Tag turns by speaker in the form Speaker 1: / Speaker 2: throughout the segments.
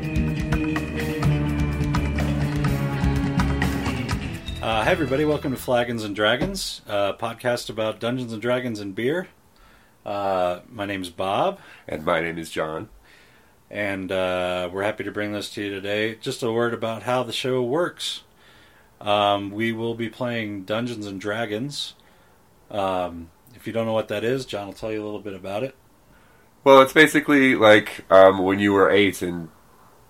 Speaker 1: hi, Uh, everybody. Welcome to Flagons and Dragons, a podcast about Dungeons and Dragons and beer. Uh, my name's Bob,
Speaker 2: And my name is John.
Speaker 1: and uh, we're happy to bring this to you today. Just a word about how the show works. Um, we will be playing Dungeons and Dragons. Um, if you don't know what that is, John will tell you a little bit about it.
Speaker 2: Well, it's basically like um, when you were eight and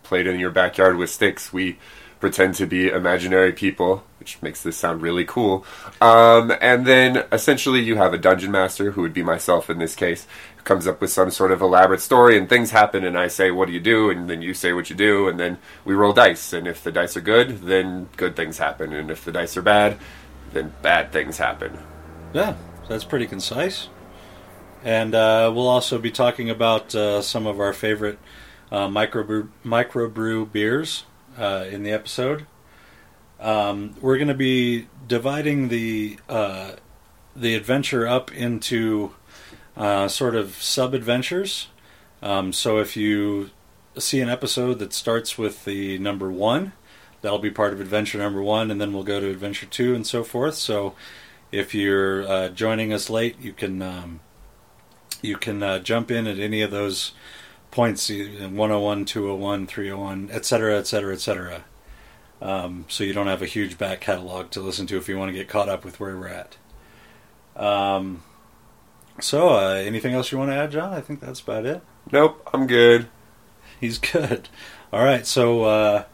Speaker 2: played in your backyard with sticks, we pretend to be imaginary people, which makes this sound really cool. Um, and then essentially you have a dungeon master, who would be myself in this case, who comes up with some sort of elaborate story, and things happen, and I say, What do you do? And then you say what you do, and then we roll dice. And if the dice are good, then good things happen. And if the dice are bad, then bad things happen.
Speaker 1: Yeah, that's pretty concise. And uh, we'll also be talking about uh, some of our favorite uh, microbrew, microbrew beers uh, in the episode. Um, we're going to be dividing the uh, the adventure up into uh, sort of sub adventures. Um, so if you see an episode that starts with the number one, that'll be part of adventure number one, and then we'll go to adventure two and so forth. So if you're uh, joining us late, you can um, you can uh, jump in at any of those points: e- 101, 201, 301, et cetera, et cetera, et cetera. Um, so you don't have a huge back catalog to listen to if you want to get caught up with where we're at. Um, so uh, anything else you want to add, John? I think that's about it.
Speaker 2: Nope, I'm good.
Speaker 1: He's good. All right, so uh,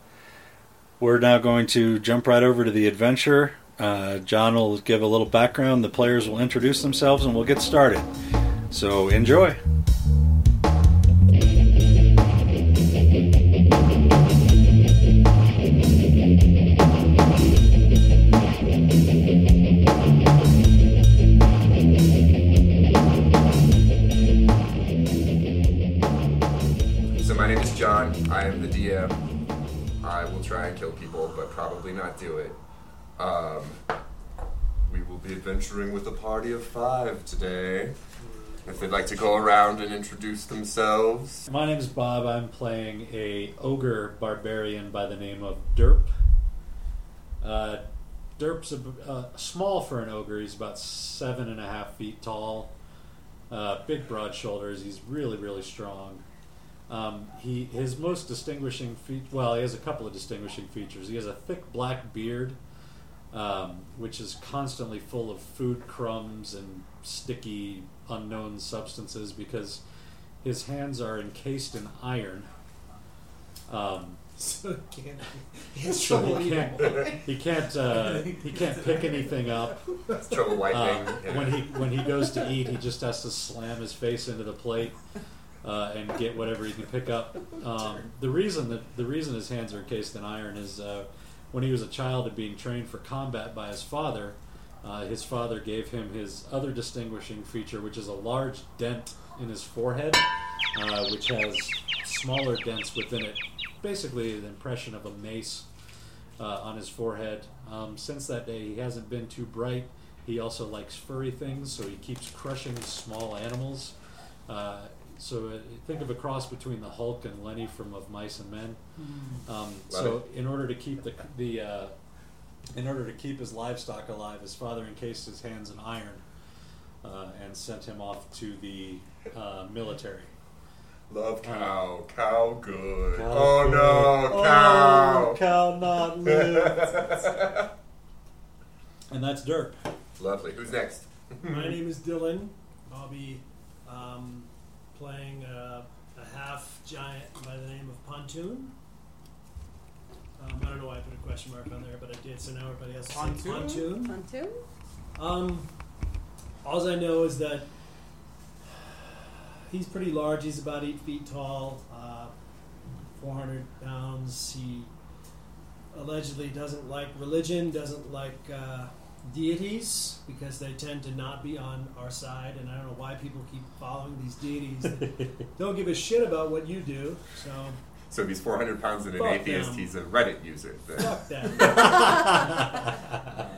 Speaker 1: we're now going to jump right over to the adventure. Uh, John will give a little background, the players will introduce themselves, and we'll get started. So enjoy.
Speaker 3: So my name is John. I am the DM. I will try and kill people, but probably not do it. Um, we will be adventuring with a party of five today. If they'd like to go around and introduce themselves.
Speaker 1: My name's Bob. I'm playing a ogre barbarian by the name of Derp. Uh, Derp's a, uh, small for an ogre. He's about seven and a half feet tall. Uh, big, broad shoulders. He's really, really strong. Um, he his most distinguishing feat. Well, he has a couple of distinguishing features. He has a thick black beard, um, which is constantly full of food crumbs and sticky, unknown substances because his hands are encased in iron. Um,
Speaker 4: So it can't. He has
Speaker 1: so
Speaker 4: trouble
Speaker 1: he
Speaker 4: eating.
Speaker 1: can't he can't uh, he can't pick anything up.
Speaker 3: It's trouble lightning.
Speaker 1: Uh, when he when he goes to eat, he just has to slam his face into the plate uh, and get whatever he can pick up. Um, the reason that the reason his hands are encased in iron is uh, when he was a child and being trained for combat by his father. Uh, his father gave him his other distinguishing feature, which is a large dent in his forehead, uh, which has smaller dents within it, basically the impression of a mace uh, on his forehead. Um, since that day, he hasn't been too bright. He also likes furry things, so he keeps crushing small animals. Uh, so uh, think of a cross between the Hulk and Lenny from Of Mice and Men. Um, so in order to keep the the uh, in order to keep his livestock alive, his father encased his hands in iron uh, and sent him off to the uh, military.
Speaker 3: Love cow. Cow good.
Speaker 1: Cow
Speaker 3: oh no,
Speaker 1: good.
Speaker 3: cow.
Speaker 1: Oh, cow not live. And that's Derp.
Speaker 3: Lovely. Who's next?
Speaker 4: My name is Dylan. I'll be um, playing uh, a half giant by the name of Pontoon. Um, I don't know why I put a question mark on there, but I did, so now everybody has to say Pontoon.
Speaker 5: Pontoon?
Speaker 4: Um, all I know is that he's pretty large. He's about eight feet tall, uh, 400 pounds. He allegedly doesn't like religion, doesn't like uh, deities because they tend to not be on our side. And I don't know why people keep following these deities that don't give a shit about what you do. So
Speaker 3: So if he's 400 pounds and an
Speaker 4: Fuck
Speaker 3: atheist,
Speaker 4: them.
Speaker 3: he's a Reddit user. Then.
Speaker 4: fuck that.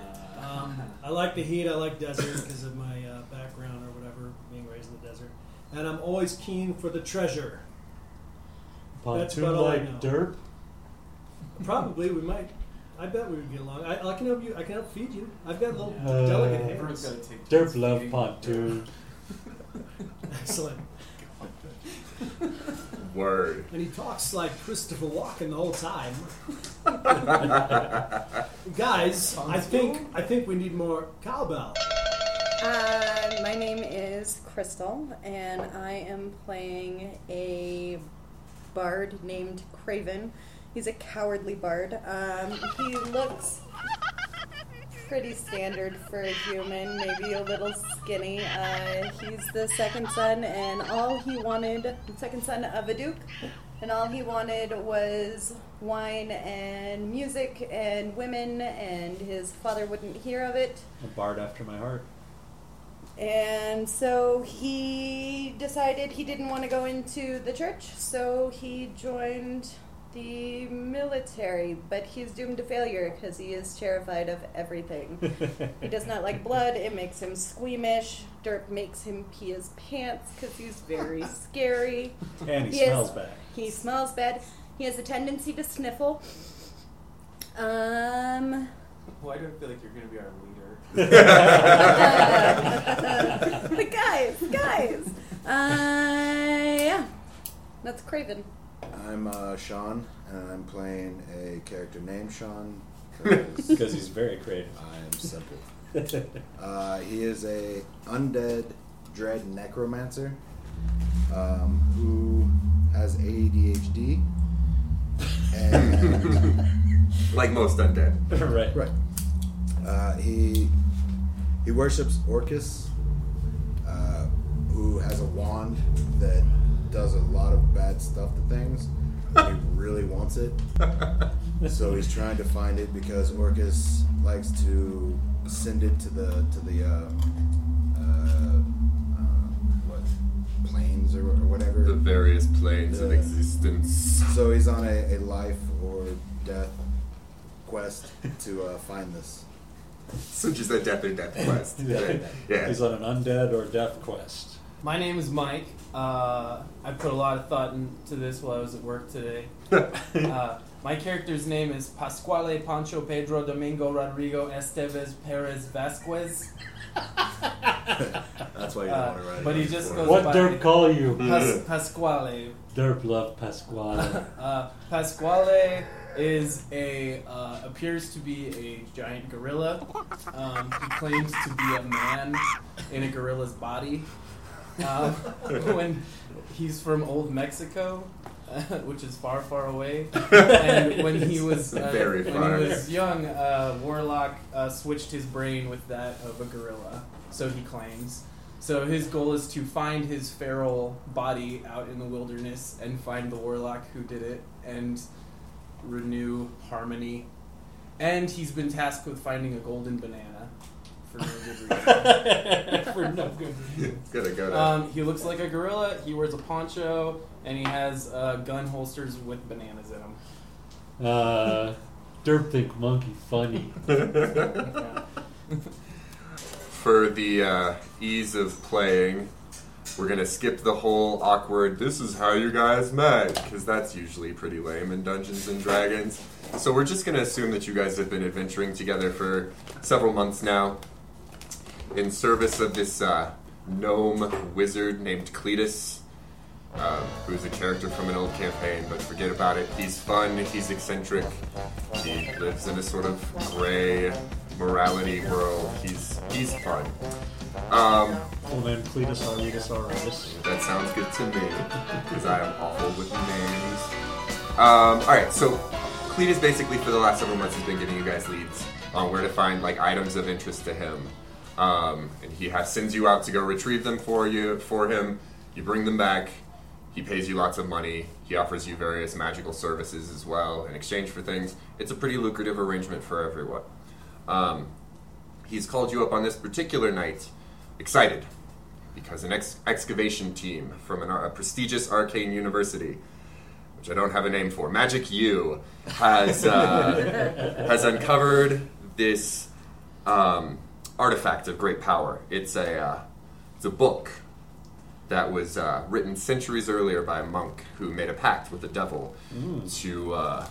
Speaker 4: Um, I like the heat. I like desert because of my uh, background or whatever, being raised in the desert. And I'm always keen for the treasure. That's about all I know.
Speaker 1: Derp.
Speaker 4: Probably we might I bet we would get along. I, I can help you. I can help feed you. I've got little delicate
Speaker 5: Uh,
Speaker 4: hands.
Speaker 5: Everyone's gotta take
Speaker 1: Derp
Speaker 5: turns
Speaker 1: love
Speaker 5: feeding
Speaker 1: pot
Speaker 5: Derp.
Speaker 1: too.
Speaker 4: Excellent.
Speaker 2: Word.
Speaker 4: And he talks like Christopher Walken the whole time. Guys, I think I think we need more cowbell.
Speaker 6: Uh, my name is Crystal, and I am playing a bard named Craven. He's a cowardly bard. Um, he looks pretty standard for a human, maybe a little skinny. Uh, he's the second son, and all he wanted, second son of a duke, and all he wanted was wine and music and women, and his father wouldn't hear of it.
Speaker 1: A bard after my heart.
Speaker 6: And so he decided he didn't want to go into the church, so he joined the military. But he's doomed to failure because he is terrified of everything. he does not like blood, it makes him squeamish. Derp makes him pee his pants because he's very scary.
Speaker 1: And he
Speaker 6: Yes.
Speaker 1: smells bad.
Speaker 6: He smells bad, he has a tendency to sniffle. Um,
Speaker 5: Why do I feel like you're gonna be our leader?
Speaker 6: the guys, guys. Uh, yeah. That's Craven.
Speaker 7: I'm uh, Sean, and I'm playing a character named Sean because
Speaker 1: Because he's very creative.
Speaker 7: I am simple. Uh, he is a undead dread necromancer um, who has ADHD. And
Speaker 2: Like most undead.
Speaker 1: right.
Speaker 7: right, uh, he he worships Orcus, uh, who has a wand that does a lot of bad stuff to things. and he really wants it, so he's trying to find it because Orcus likes to send it to the to the um, uh, uh, what planes or, or whatever
Speaker 2: The various planes of
Speaker 7: Yeah.
Speaker 2: existence.
Speaker 7: so he's on a, a life or death quest to uh, find this.
Speaker 2: Since you said death or death quest.
Speaker 1: Yeah.
Speaker 2: Yeah.
Speaker 1: He's on an undead or death quest.
Speaker 5: My name is Mike. Uh, I put a lot of thought into this while I was at work today. uh, my character's name is Pascuale Pancho Pedro Domingo Rodrigo Estevez Perez Vasquez,
Speaker 7: That's why you don't want to
Speaker 5: uh,
Speaker 7: write.
Speaker 5: but
Speaker 7: it
Speaker 5: he
Speaker 7: down
Speaker 5: just
Speaker 7: for
Speaker 5: goes
Speaker 7: it.
Speaker 1: What
Speaker 5: by
Speaker 1: Derp call you?
Speaker 5: Pas- Pasquale.
Speaker 1: Derp love Pasquale.
Speaker 5: Uh, Pasquale is a uh, appears to be a giant gorilla. Um, he claims to be a man in a gorilla's body. Um, when he's from old Mexico, uh, which is far, far away, and when he was uh,
Speaker 2: Very
Speaker 5: when
Speaker 2: far.
Speaker 5: he was young, uh, Warlock uh, switched his brain with that of a gorilla. So he claims. So his goal is to find his feral body out in the wilderness and find the warlock who did it and renew harmony. And he's been tasked with finding a golden banana for no good reason.
Speaker 1: For no good reason.
Speaker 2: It's gotta go to
Speaker 5: Um, he looks like a gorilla. He wears a poncho and he has uh, gun holsters with bananas in them.
Speaker 1: Uh, Derp think monkey funny.
Speaker 2: for the uh, ease of playing, we're gonna skip the whole awkward. This is how you guys met, because that's usually pretty lame in Dungeons and Dragons. So we're just gonna assume that you guys have been adventuring together for several months now, in service of this uh, gnome wizard named Cletus. Uh, who's a character from an old campaign, but forget about it. He's fun, he's eccentric, he lives in a sort of gray morality world. He's he's fun. Um,
Speaker 1: Full name Cletus Auritus Auritus.
Speaker 2: that sounds good to me because I am awful with names. Um, all right, so Cletus basically for the last several months has been giving you guys leads on where to find like items of interest to him, um, and he has sends you out to go retrieve them for you for him. You bring them back. He pays you lots of money. He offers you various magical services as well in exchange for things. It's a pretty lucrative arrangement for everyone. Um, he's called you up on this particular night, excited because an ex- excavation team from an, a prestigious arcane university, which I don't have a name for, Magic U, has uh, has uncovered this um, artifact of great power. It's a uh, it's a book that was uh, written centuries earlier by a monk who made a pact with the devil to uh,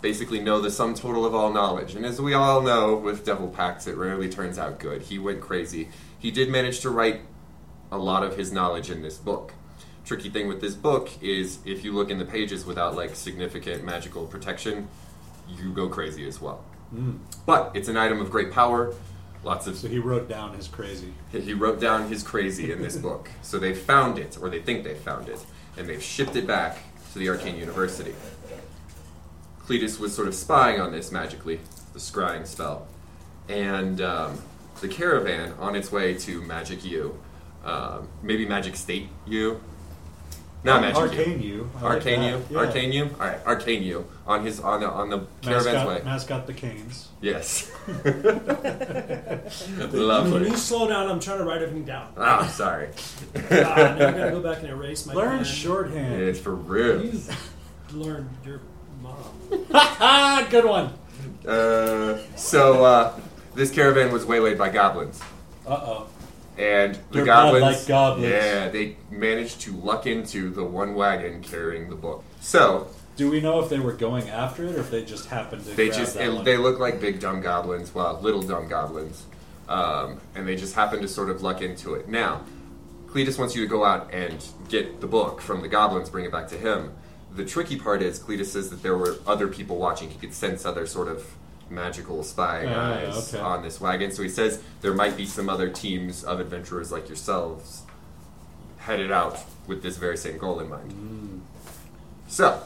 Speaker 3: basically know the sum total of all knowledge. And as we all know, with Devil Pacts, it rarely turns out good. He went crazy. He did manage to write a lot of his knowledge in this book. Tricky thing with this book is if you look in the pages without like significant magical protection, you go crazy as well.
Speaker 1: Mm.
Speaker 3: But it's an item of great power. Lots of
Speaker 1: So he wrote down his crazy.
Speaker 3: he wrote down his crazy in this book. So they found it, or they think they found it, and they've shipped it back to the Arcane University. Cletus was sort of spying on this magically, the scrying spell. And um, the caravan on its way to Magic U, um, maybe Magic State U? Not Magic U.
Speaker 1: Arcane you. I like
Speaker 3: Arcane U?
Speaker 1: that. Yeah.
Speaker 3: Arcane U? Alright, Arcane U. On, his, on, the, on the caravan's
Speaker 1: Mascot,
Speaker 3: way.
Speaker 1: mascot the canes.
Speaker 3: Yes.
Speaker 4: Can
Speaker 3: Lovely.
Speaker 4: you slow down? I'm trying to write everything down.
Speaker 3: Ah, sorry.
Speaker 4: God, now I gotta go back and erase my.
Speaker 1: Learn
Speaker 4: plan.
Speaker 1: shorthand.
Speaker 3: It's for real.
Speaker 4: You learned your mom.
Speaker 8: Ah, good one.
Speaker 3: Uh, so uh, this caravan was waylaid by goblins,
Speaker 1: Uh oh.
Speaker 3: and the
Speaker 8: They're bad
Speaker 3: goblins,
Speaker 8: like goblins.
Speaker 3: yeah, they managed to luck into the one wagon carrying the book. So
Speaker 1: Do we know if they were going after it or if they just happened to?
Speaker 3: they
Speaker 1: grab
Speaker 3: just
Speaker 1: that
Speaker 3: it,
Speaker 1: one?
Speaker 3: they look like big dumb goblins, well, little dumb goblins, um, and they just happen to sort of luck into it. Now, Cletus wants you to go out and get the book from the goblins, bring it back to him. The tricky part is Cletus says that there were other people watching. He could sense other sort of magical spying
Speaker 1: Ah,
Speaker 3: eyes
Speaker 1: okay.
Speaker 3: on this wagon. So he says there might be some other teams of adventurers like yourselves headed out with this very same goal in mind.
Speaker 1: Hmm.
Speaker 3: So,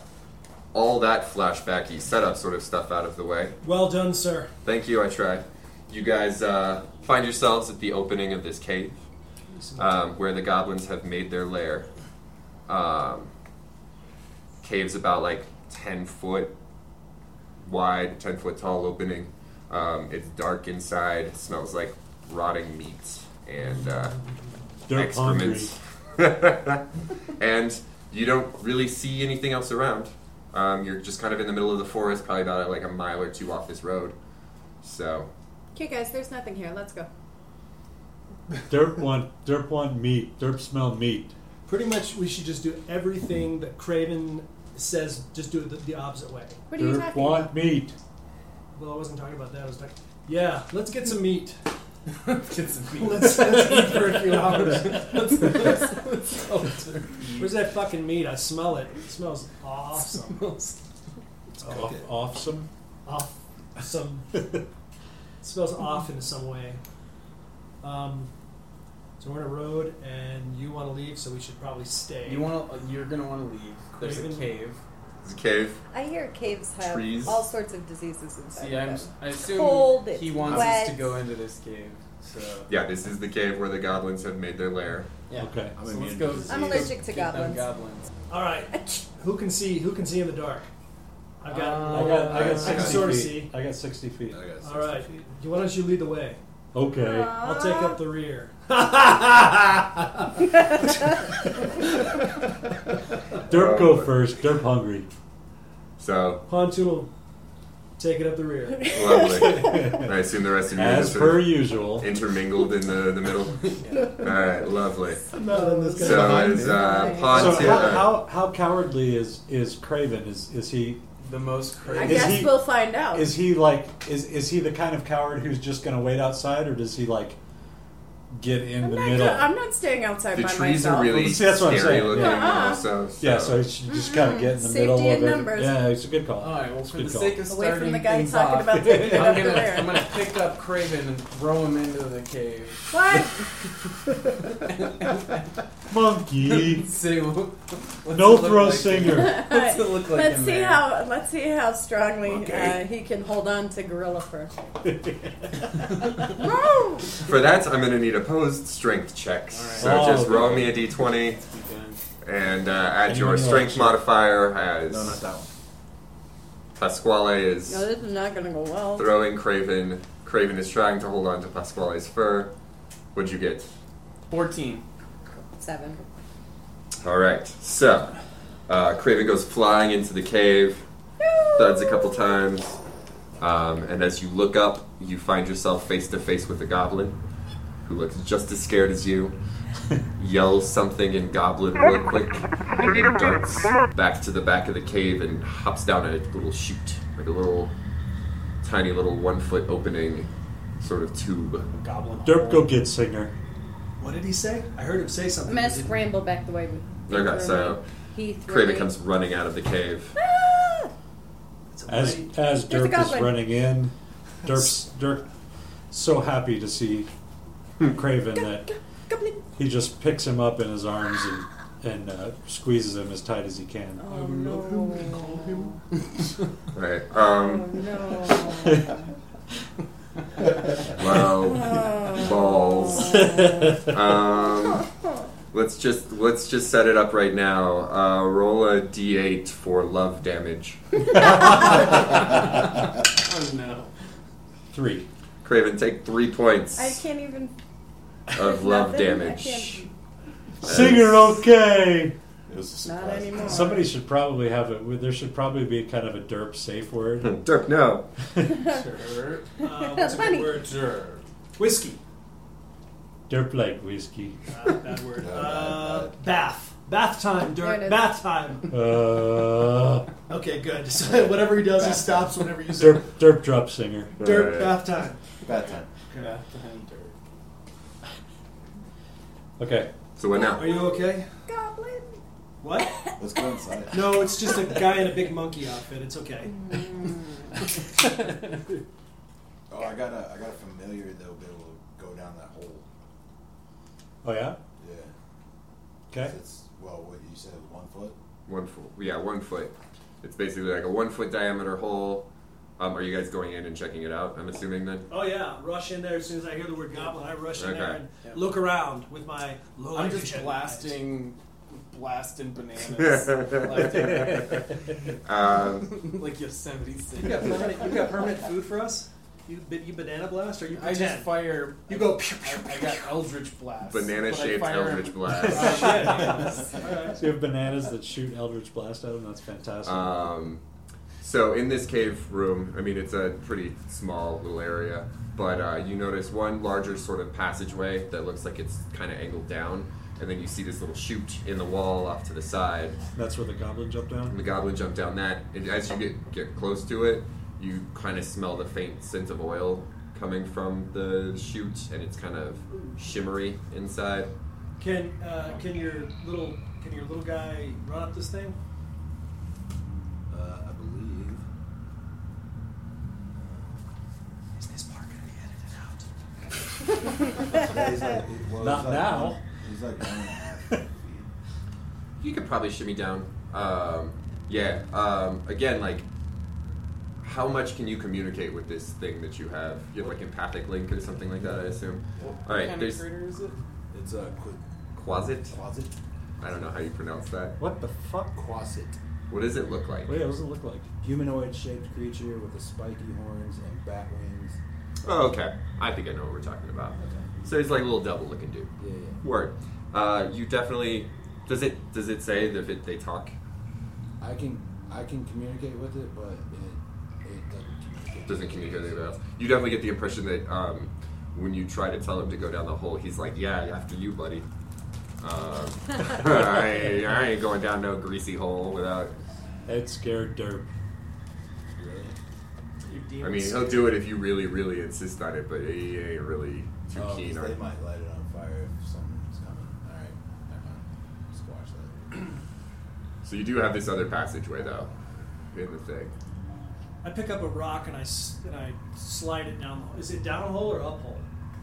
Speaker 3: all that flashbacky setup sort of stuff out of the way.
Speaker 4: Well done, sir.
Speaker 3: Thank you, I try. You guys uh, find yourselves at the opening of this cave um, where the goblins have made their lair. Um, cave's about like 10 foot wide, 10 foot tall opening. Um, it's dark inside, smells like rotting meat and uh,
Speaker 8: They're
Speaker 3: excrements. and you don't really see anything else around. Um, you're just kind of in the middle of the forest, probably about like a mile or two off this road. So
Speaker 6: Okay, guys, there's nothing here. Let's go.
Speaker 8: Derp want derp want meat. Derp smell meat.
Speaker 4: Pretty much, we should just do everything that Craven says. Just do it the, the opposite way.
Speaker 6: What are you
Speaker 8: Derp
Speaker 6: talking
Speaker 8: want
Speaker 6: about?
Speaker 8: meat.
Speaker 4: Well, I wasn't talking about that. I was talking. Yeah, let's get some meat.
Speaker 5: Get some meat.
Speaker 4: Let's, let's eat for a few hours.
Speaker 5: Let's
Speaker 4: Where's that fucking meat? I smell it. It smells awesome.
Speaker 1: off, off some.
Speaker 4: off some it smells off in some way. Um, so we're on a road, and you want to leave, so we should probably stay.
Speaker 5: You want you're gonna want to leave. There's a
Speaker 4: Craven.
Speaker 5: cave.
Speaker 3: it's a cave.
Speaker 6: I hear caves have
Speaker 3: Trees.
Speaker 6: all sorts of diseases inside.
Speaker 5: See, I'm,
Speaker 6: of them.
Speaker 5: I assume
Speaker 6: cold, it's
Speaker 5: he wants us to
Speaker 6: wet.
Speaker 5: go into this cave. So
Speaker 3: Yeah, this is the cave where the goblins have made their lair.
Speaker 5: yeah.
Speaker 1: Okay.
Speaker 7: I'm
Speaker 5: So
Speaker 7: immune
Speaker 5: let's
Speaker 7: to
Speaker 5: go.
Speaker 7: disease.
Speaker 6: I'm allergic to
Speaker 5: get them
Speaker 6: goblins.
Speaker 5: goblins.
Speaker 4: All right.
Speaker 6: Ach-
Speaker 4: Who can see? Who can see in the dark? I've got.
Speaker 5: Uh,
Speaker 1: I got I got
Speaker 4: I can
Speaker 1: sixty
Speaker 4: sort of
Speaker 1: feet.
Speaker 4: see.
Speaker 1: I got sixty feet.
Speaker 7: I got
Speaker 4: All right. You, why don't you lead the way?
Speaker 8: Okay.
Speaker 6: Uh,
Speaker 4: I'll take up the rear.
Speaker 8: Derp go first. Derp hungry.
Speaker 3: So
Speaker 4: Pontoon will take it up the rear.
Speaker 3: lovely. I assume the rest of you
Speaker 8: As
Speaker 3: are sort
Speaker 8: per
Speaker 3: of
Speaker 8: usual.
Speaker 3: intermingled in the, the middle. All right, lovely.
Speaker 4: I'm not in this
Speaker 3: So
Speaker 4: guy.
Speaker 3: as uh,
Speaker 1: So
Speaker 3: Ponce,
Speaker 1: how, how, how cowardly is is Craven? Is is he
Speaker 5: The
Speaker 6: I
Speaker 5: most crazy.
Speaker 1: Is
Speaker 6: guess
Speaker 1: he-
Speaker 6: we'll find out.
Speaker 1: is he like is is he the kind of coward who's just going to wait outside, or does he like get in
Speaker 6: I'm
Speaker 1: the
Speaker 6: not,
Speaker 1: middle?
Speaker 6: go- I'm not staying outside
Speaker 3: the
Speaker 6: by
Speaker 3: trees
Speaker 6: myself.
Speaker 3: are really
Speaker 1: See, that's what I'm
Speaker 3: scary
Speaker 1: saying.
Speaker 3: looking.
Speaker 6: Yeah.
Speaker 3: Also, so
Speaker 1: yeah, so he should just kind of get in the
Speaker 6: Mm-mm.
Speaker 1: middle
Speaker 6: Safety
Speaker 1: of
Speaker 6: in
Speaker 1: it.
Speaker 6: numbers.
Speaker 1: Yeah, it's a good call.
Speaker 5: All right. Well, for
Speaker 1: Good
Speaker 5: the
Speaker 1: call.
Speaker 5: sake of
Speaker 6: away
Speaker 5: starting
Speaker 6: from the guy
Speaker 5: things
Speaker 6: talking
Speaker 5: off,
Speaker 6: about taking it up
Speaker 5: I'm
Speaker 6: the
Speaker 5: gonna
Speaker 6: rear.
Speaker 5: I'm gonna pick up Craven and throw him into the cave.
Speaker 6: What?
Speaker 8: Monkey.
Speaker 5: Say, what's
Speaker 8: no
Speaker 5: it look
Speaker 8: throw
Speaker 5: like?
Speaker 8: singer.
Speaker 5: What's it look like
Speaker 6: let's
Speaker 5: in
Speaker 6: see
Speaker 5: there?
Speaker 6: how let's see how strongly
Speaker 7: Okay.
Speaker 6: uh, he can hold on to gorilla fur. Woo!
Speaker 3: for that, I'm gonna need opposed strength checks. So
Speaker 1: All right.
Speaker 3: just
Speaker 1: Oh,
Speaker 3: roll
Speaker 1: okay.
Speaker 3: me a d20 and uh, add your
Speaker 1: Anyone
Speaker 3: strength
Speaker 1: else?
Speaker 3: modifier
Speaker 7: No, not
Speaker 3: as
Speaker 7: that one.
Speaker 3: Pasquale is.
Speaker 6: No, this is not gonna go well.
Speaker 3: throwing Craven. Craven is trying to hold on to Pasquale's fur. What'd you get?
Speaker 5: Fourteen.
Speaker 6: Seven.
Speaker 3: All right. So, uh, Craven goes flying into the cave, thuds a couple times, um, and as you look up, you find yourself face to face with a goblin who looks just as scared as you. yells something in goblin real quick, and then darts back to the back of the cave and hops down a little chute. like a little tiny little one foot opening sort of tube.
Speaker 4: Goblin. hole.
Speaker 8: Derp, go get Singer.
Speaker 4: What did he say? I heard him say something.
Speaker 6: Mess
Speaker 4: Did-
Speaker 6: scrambled back the way we. he
Speaker 3: Okay,
Speaker 6: threw
Speaker 3: so
Speaker 6: me. he threw
Speaker 3: Craven
Speaker 6: me.
Speaker 3: comes running out of the cave.
Speaker 6: Ah!
Speaker 4: It's a
Speaker 8: As
Speaker 4: mighty-
Speaker 8: as
Speaker 6: There's a
Speaker 8: Derp is
Speaker 6: goblin.
Speaker 8: running in, Derp's Derp so happy to see Craven that
Speaker 6: Goblin.
Speaker 8: he just picks him up in his arms and and uh, squeezes him as tight as he can.
Speaker 6: Oh no!
Speaker 3: Right.
Speaker 6: Oh
Speaker 3: Um,
Speaker 6: no!
Speaker 3: wow. Balls. Um,
Speaker 6: Oh,
Speaker 3: let's just let's just set it up right now. Uh, roll a d8 for love damage.
Speaker 5: Oh no.
Speaker 8: Three.
Speaker 3: Craven, take three
Speaker 6: I
Speaker 3: points
Speaker 6: can't even.
Speaker 3: of love
Speaker 6: nothing. I
Speaker 3: damage.
Speaker 6: can't-
Speaker 8: Singer, okay.
Speaker 9: It was a surprise.
Speaker 6: Not anymore.
Speaker 8: Somebody should probably have it. There should probably be kind of a Derp safe word.
Speaker 3: Dirk, no.
Speaker 5: Sure.
Speaker 4: Uh, what's a good
Speaker 6: Funny.
Speaker 4: word? Whiskey.
Speaker 8: Derp like whiskey.
Speaker 4: Uh, bad word.
Speaker 9: No,
Speaker 4: Uh,
Speaker 9: bad,
Speaker 4: bath. Bath time,
Speaker 6: There it
Speaker 4: Dirk.
Speaker 6: is.
Speaker 4: Bath time.
Speaker 8: Uh,
Speaker 4: Okay, good. So whatever he does, he stops whenever you say
Speaker 8: derp, derp drop Singer.
Speaker 4: Dirk
Speaker 3: Alright.
Speaker 4: bath time.
Speaker 9: Bad time.
Speaker 4: Okay.
Speaker 8: Okay.
Speaker 3: So what now?
Speaker 4: Are you okay?
Speaker 6: Goblin.
Speaker 4: What?
Speaker 9: Let's go inside.
Speaker 4: No, it's just a guy in a big monkey outfit. It's okay.
Speaker 7: Oh, I got a I got a familiar that'll be able to go down that hole.
Speaker 8: Oh yeah.
Speaker 7: Yeah.
Speaker 8: Okay.
Speaker 7: It's well, what you said, one foot.
Speaker 3: One foot. Yeah, one foot. It's basically like a one foot diameter hole. Um, are you guys going in and checking it out? I'm assuming then.
Speaker 4: Oh yeah, rush in there as soon as I hear the word goblin. I rush in there
Speaker 3: Okay.
Speaker 4: and
Speaker 5: Yeah.
Speaker 4: look around with my low
Speaker 5: I'm just
Speaker 4: vision.
Speaker 5: blasting, blasting bananas left and
Speaker 3: Um,
Speaker 5: right. like Yosemite City.
Speaker 4: You got permanent, you got permanent food for us? You ba- you banana blast or you
Speaker 5: I
Speaker 4: pretend?
Speaker 5: just fire.
Speaker 4: you go.
Speaker 5: I, I got Eldritch Blast.
Speaker 3: banana shaped Eldritch Blast.
Speaker 4: Shit. Alright.
Speaker 8: So you have bananas that shoot Eldritch Blast out, and that's fantastic.
Speaker 3: Um, so in this cave room, I mean, it's a pretty small little area, but uh, you notice one larger sort of passageway that looks like it's kind of angled down, and then you see this little chute in the wall off to the side.
Speaker 8: that's where the goblin jumped
Speaker 3: And
Speaker 8: down.
Speaker 3: the goblin jumped down that, and as you get get close to it, you kind of smell the faint scent of oil coming from the chute, and it's kind of shimmery inside.
Speaker 4: Can uh, can your little can your little guy run up this thing?
Speaker 7: Uh, I believe.
Speaker 4: Is this part gonna be edited out?
Speaker 7: Yeah, he's like, he- well,
Speaker 8: Not
Speaker 7: he's like,
Speaker 8: now.
Speaker 7: He's like one and a half feet.
Speaker 3: You could probably shimmy down. Um, yeah. Um, again, like, how much can you communicate with this thing that you have? You have like empathic link or something like that, I assume. All right.
Speaker 5: Kind of
Speaker 3: There's
Speaker 5: critter is it?
Speaker 7: It's a qu-
Speaker 3: quasit.
Speaker 7: closet.
Speaker 3: I don't know how you pronounce that.
Speaker 8: What the fuck?
Speaker 7: Quasit.
Speaker 3: What does it look like?
Speaker 8: Wait, what does it look like?
Speaker 7: Humanoid-shaped creature with a spiky horns and bat wings.
Speaker 3: Oh, okay. I think I know what we're talking about.
Speaker 7: Okay.
Speaker 3: So he's like a little devil-looking dude.
Speaker 7: Yeah, yeah.
Speaker 3: Word. Uh, you definitely. Does it? Does it say that it, they talk?
Speaker 7: I can I can communicate with it, but it it doesn't communicate.
Speaker 3: doesn't communicate with anyone else. You definitely get the impression that um, when you try to tell him to go down the hole, he's like, "Yeah, after you, buddy. Um, I, I ain't going down no greasy hole without.
Speaker 8: It scared Derp.
Speaker 7: Really?
Speaker 4: Your
Speaker 3: I
Speaker 4: demon
Speaker 3: mean, he'll
Speaker 4: spirit.
Speaker 3: do it if you really, really insist on it, but he ain't really too
Speaker 7: Oh, 'cause
Speaker 3: keen on
Speaker 7: they
Speaker 3: it.
Speaker 7: might light it on fire if someone's coming. All right, never mind. Squash that.
Speaker 3: So you do have this other passageway though, in the thing.
Speaker 4: I pick up a rock and I s- and I slide it down. the hole. Is it down a hole or up hole?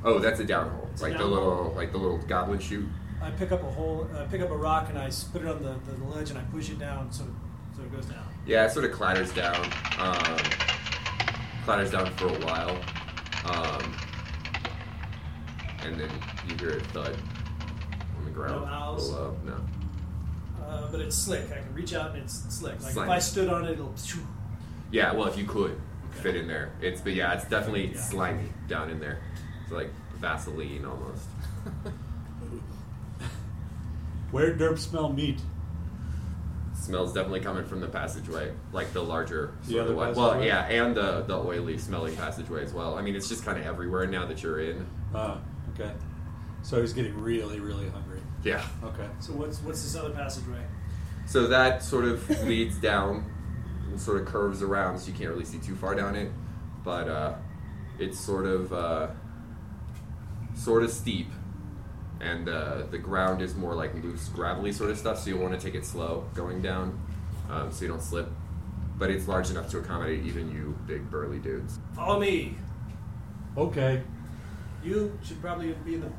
Speaker 3: Oh, that's a down hole,
Speaker 4: It's a
Speaker 3: like the
Speaker 4: down hole.
Speaker 3: little, like the little goblin chute.
Speaker 4: I pick up a hole. I pick up a rock and I s- put it on the, the ledge and I push it down so so it goes down.
Speaker 3: Yeah, it sort of clatters down, um, clatters down for a while, um, and then you hear it thud on the ground
Speaker 4: No owls?
Speaker 3: below. No,
Speaker 4: Uh, but it's slick. I can reach out and it's slick. Like
Speaker 3: Slick.
Speaker 4: if I stood on it, it'll.
Speaker 3: yeah, well, if you could
Speaker 4: Okay.
Speaker 3: fit in there, it's but yeah, it's definitely
Speaker 4: Yeah.
Speaker 3: slimy down in there. It's like Vaseline almost.
Speaker 8: Where Derp smell meat?
Speaker 3: Smells definitely coming from the passageway, like the larger
Speaker 8: The
Speaker 3: sort
Speaker 8: other
Speaker 3: of one. Well,
Speaker 8: passageway?
Speaker 3: yeah, and the the oily, smelly passageway as well. I mean, it's just kind of everywhere now that you're in.
Speaker 8: Ah, okay. So he's getting really, really hungry.
Speaker 3: Yeah.
Speaker 8: Okay.
Speaker 4: So what's what's this other passageway?
Speaker 3: So that sort of leads down It sort of curves around, so you can't really see too far down it. But uh, it's sort of uh, sort of steep, and uh, the ground is more like loose, gravelly sort of stuff. So you want to take it slow going down, um, so you don't slip. But it's large enough to accommodate even you, big burly dudes.
Speaker 4: Follow me.
Speaker 1: Okay.
Speaker 4: You should probably be in the,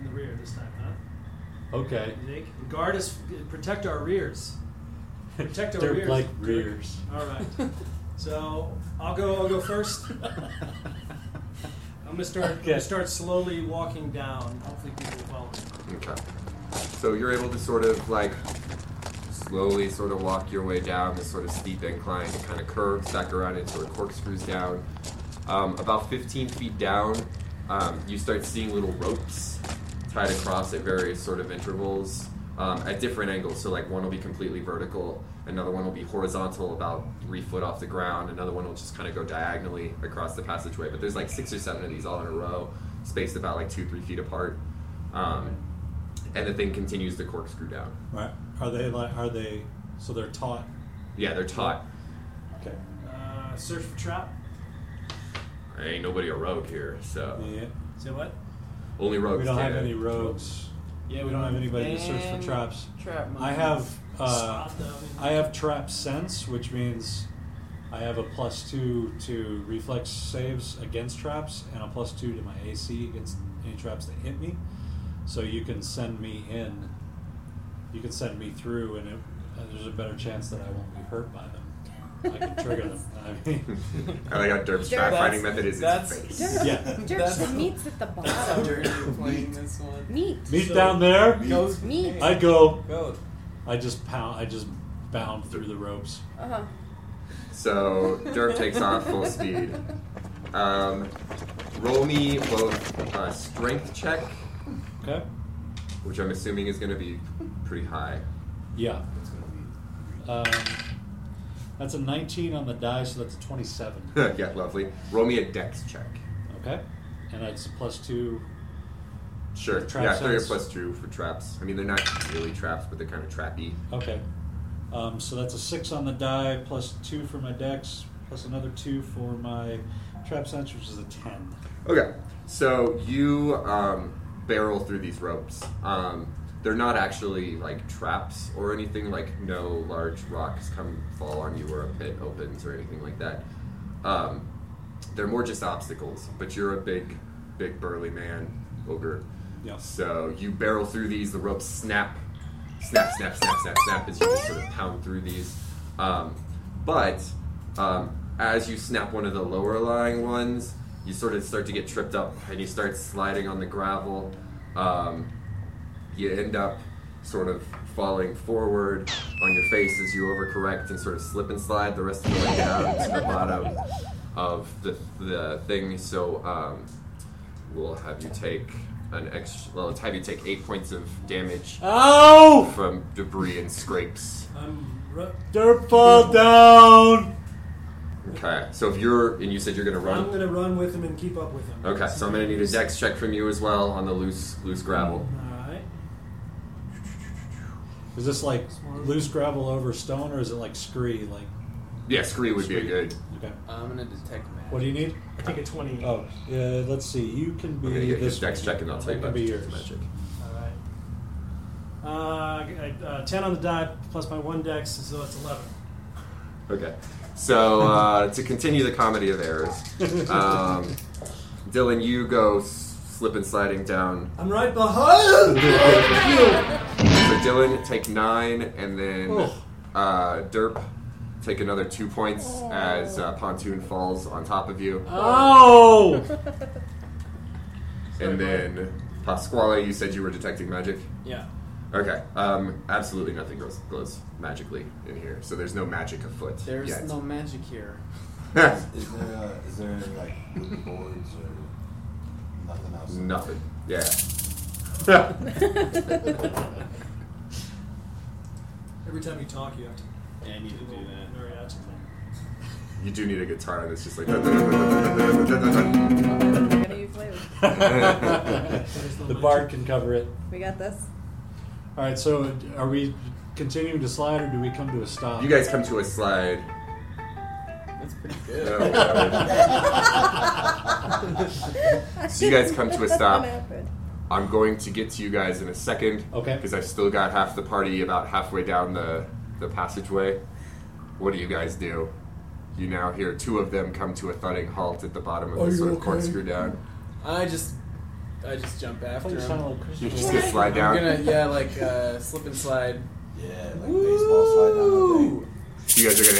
Speaker 4: in the rear this time, huh?
Speaker 1: Okay.
Speaker 4: You think? Guard us, protect our rears. Protect our
Speaker 1: They're
Speaker 4: rears.
Speaker 1: like rears.
Speaker 4: All right. So I'll go. I'll go first. I'm gonna start. I'm
Speaker 1: Okay.
Speaker 4: gonna start slowly walking down. Hopefully people will follow. me.
Speaker 3: Okay. So you're able to sort of like slowly sort of walk your way down this sort of steep incline. It kind of curves back around and sort of corkscrews down. Um, about 15 feet down, um, you start seeing little ropes tied across at various sort of intervals um, at different angles. So like one will be completely vertical, another one will be horizontal, about three foot off the ground, another one will just kind of go diagonally across the passageway. But there's like six or seven of these all in a row, spaced about like two, three feet apart. Um, and the thing continues to corkscrew down.
Speaker 1: Right. Are they like? Are they? So they're taught.
Speaker 3: Yeah, they're taught.
Speaker 1: Okay.
Speaker 4: Uh, search for trap.
Speaker 3: Ain't nobody a rogue here, so
Speaker 1: Yeah.
Speaker 4: Say what?
Speaker 3: only rogues.
Speaker 1: We don't have
Speaker 3: can.
Speaker 1: any rogues.
Speaker 5: Yeah,
Speaker 1: We don't have anybody to search for
Speaker 5: And
Speaker 1: traps.
Speaker 5: Trap.
Speaker 1: I
Speaker 5: monkeys.
Speaker 1: have. Uh,
Speaker 4: Spot them.
Speaker 1: I have trap sense, which means I have a plus two to reflex saves against traps and a plus two to my AC against any traps that hit me. So you can send me in. You can send me through, and it, uh, there's a better chance that I won't be hurt by them. I can trigger them. I mean,
Speaker 3: I like how Derp's
Speaker 6: Derp,
Speaker 3: fact finding method is his
Speaker 5: that's-
Speaker 3: face.
Speaker 6: Dirk,
Speaker 1: Yeah.
Speaker 6: Dirk
Speaker 5: That's-
Speaker 6: meets at the
Speaker 5: That's how
Speaker 6: bottom.
Speaker 5: dirty we're playing this one.
Speaker 6: Meat.
Speaker 1: meet
Speaker 5: So-
Speaker 1: down there.
Speaker 5: Goes
Speaker 6: Meat.
Speaker 1: I go.
Speaker 5: Go.
Speaker 1: I just pound. I just bound through the ropes.
Speaker 6: Uh-huh.
Speaker 3: So Derp takes off full speed. Um, roll me both a strength check,
Speaker 1: Okay.
Speaker 3: which I'm assuming is going to be pretty high.
Speaker 1: Yeah. Um, that's a 19 on the die, so that's a 27.
Speaker 3: yeah, lovely. Roll me a dex check.
Speaker 1: Okay. And that's a plus two.
Speaker 3: Sure.
Speaker 1: Trap
Speaker 3: yeah, three or
Speaker 1: sense.
Speaker 3: plus two for traps. I mean, they're not really traps, but they're kind of trappy.
Speaker 1: Okay. Um, so that's a six on the die, plus two for my dex, plus another two for my trap sense, which is a 10.
Speaker 3: Okay, so you um, barrel through these ropes. Um, they're not actually like traps or anything. Like no large rocks come fall on you or a pit opens or anything like that. Um, they're more just obstacles. But you're a big, big burly man, ogre.
Speaker 1: Yeah.
Speaker 3: So you barrel through these. The ropes snap, snap, snap, snap, snap, snap as you just sort of pound through these. Um, but um, as you snap one of the lower lying ones, you sort of start to get tripped up and you start sliding on the gravel. Um, you end up sort of falling forward on your face as you overcorrect and sort of slip and slide the rest of the way down to the bottom of the, the thing. So um, we'll have you take an extra. Well, let's have you take eight points of damage
Speaker 1: Ow!
Speaker 3: from debris and scrapes.
Speaker 4: I'm. Ru-
Speaker 1: Derp fall down!
Speaker 3: Okay, so if you're and you said you're gonna
Speaker 4: I'm
Speaker 3: run.
Speaker 4: gonna run with him and keep up with him.
Speaker 3: Okay, so I'm gonna need a dex check from you as well on the loose loose gravel.
Speaker 4: All right.
Speaker 1: Is this like loose gravel over stone, or is it like scree? Like,
Speaker 3: Yeah, scree would be a good.
Speaker 1: okay.
Speaker 5: I'm gonna detect magic.
Speaker 1: What do you need?
Speaker 4: I take a twenty.
Speaker 1: Oh, yeah, let's see. You can
Speaker 3: I'm gonna
Speaker 1: be
Speaker 3: get
Speaker 1: this
Speaker 3: his dex
Speaker 1: one.
Speaker 3: check and I'll tell you
Speaker 1: That
Speaker 3: about
Speaker 1: can be
Speaker 3: detect
Speaker 1: yours.
Speaker 3: magic.
Speaker 4: All right. Uh, I- I- uh, ten on the die plus my one dex, so that's eleven.
Speaker 3: Okay. So uh, to continue the comedy of errors, um, Dylan, you go s- slip and sliding down.
Speaker 4: I'm right behind.
Speaker 3: so Dylan, take nine, and then
Speaker 1: Oh.
Speaker 3: uh, Derp, take another two points as uh, pontoon falls on top of you,
Speaker 5: Oh!
Speaker 1: Ow!
Speaker 3: and then Pasquale, you said you were detecting magic.
Speaker 5: Yeah.
Speaker 3: Okay. Um, absolutely nothing goes glows magically in here, so there's no magic afoot.
Speaker 5: There's
Speaker 3: yet.
Speaker 5: no magic here.
Speaker 7: Is there uh, is there like wooden boards or nothing else?
Speaker 3: Nothing. Yeah.
Speaker 4: Every time you talk, you have to
Speaker 5: Yeah, I need
Speaker 4: do a little mariachi thing.
Speaker 3: you do need a guitar that's just like.
Speaker 6: What do you play with?
Speaker 1: the bard can cover it.
Speaker 6: We got this.
Speaker 1: All right, so are we continuing to slide, or do we come to a stop?
Speaker 3: You guys come to a slide.
Speaker 5: That's pretty good.
Speaker 3: Yeah, whatever.
Speaker 6: so
Speaker 3: you guys come to a stop. I'm going to get to you guys in a second.
Speaker 8: Okay.
Speaker 3: Because I've still got half the party about halfway down the, the passageway. What do you guys do? You now hear two of them come to a thudding halt at the bottom of
Speaker 4: Are
Speaker 3: the
Speaker 4: you
Speaker 3: sort of
Speaker 4: okay?
Speaker 3: corkscrew down.
Speaker 5: I just, I just jump after him.
Speaker 3: You're just gonna slide down.
Speaker 5: I'm gonna, yeah, like uh, slip and slide.
Speaker 7: Yeah, like baseball slide down the thing.
Speaker 3: You guys are gonna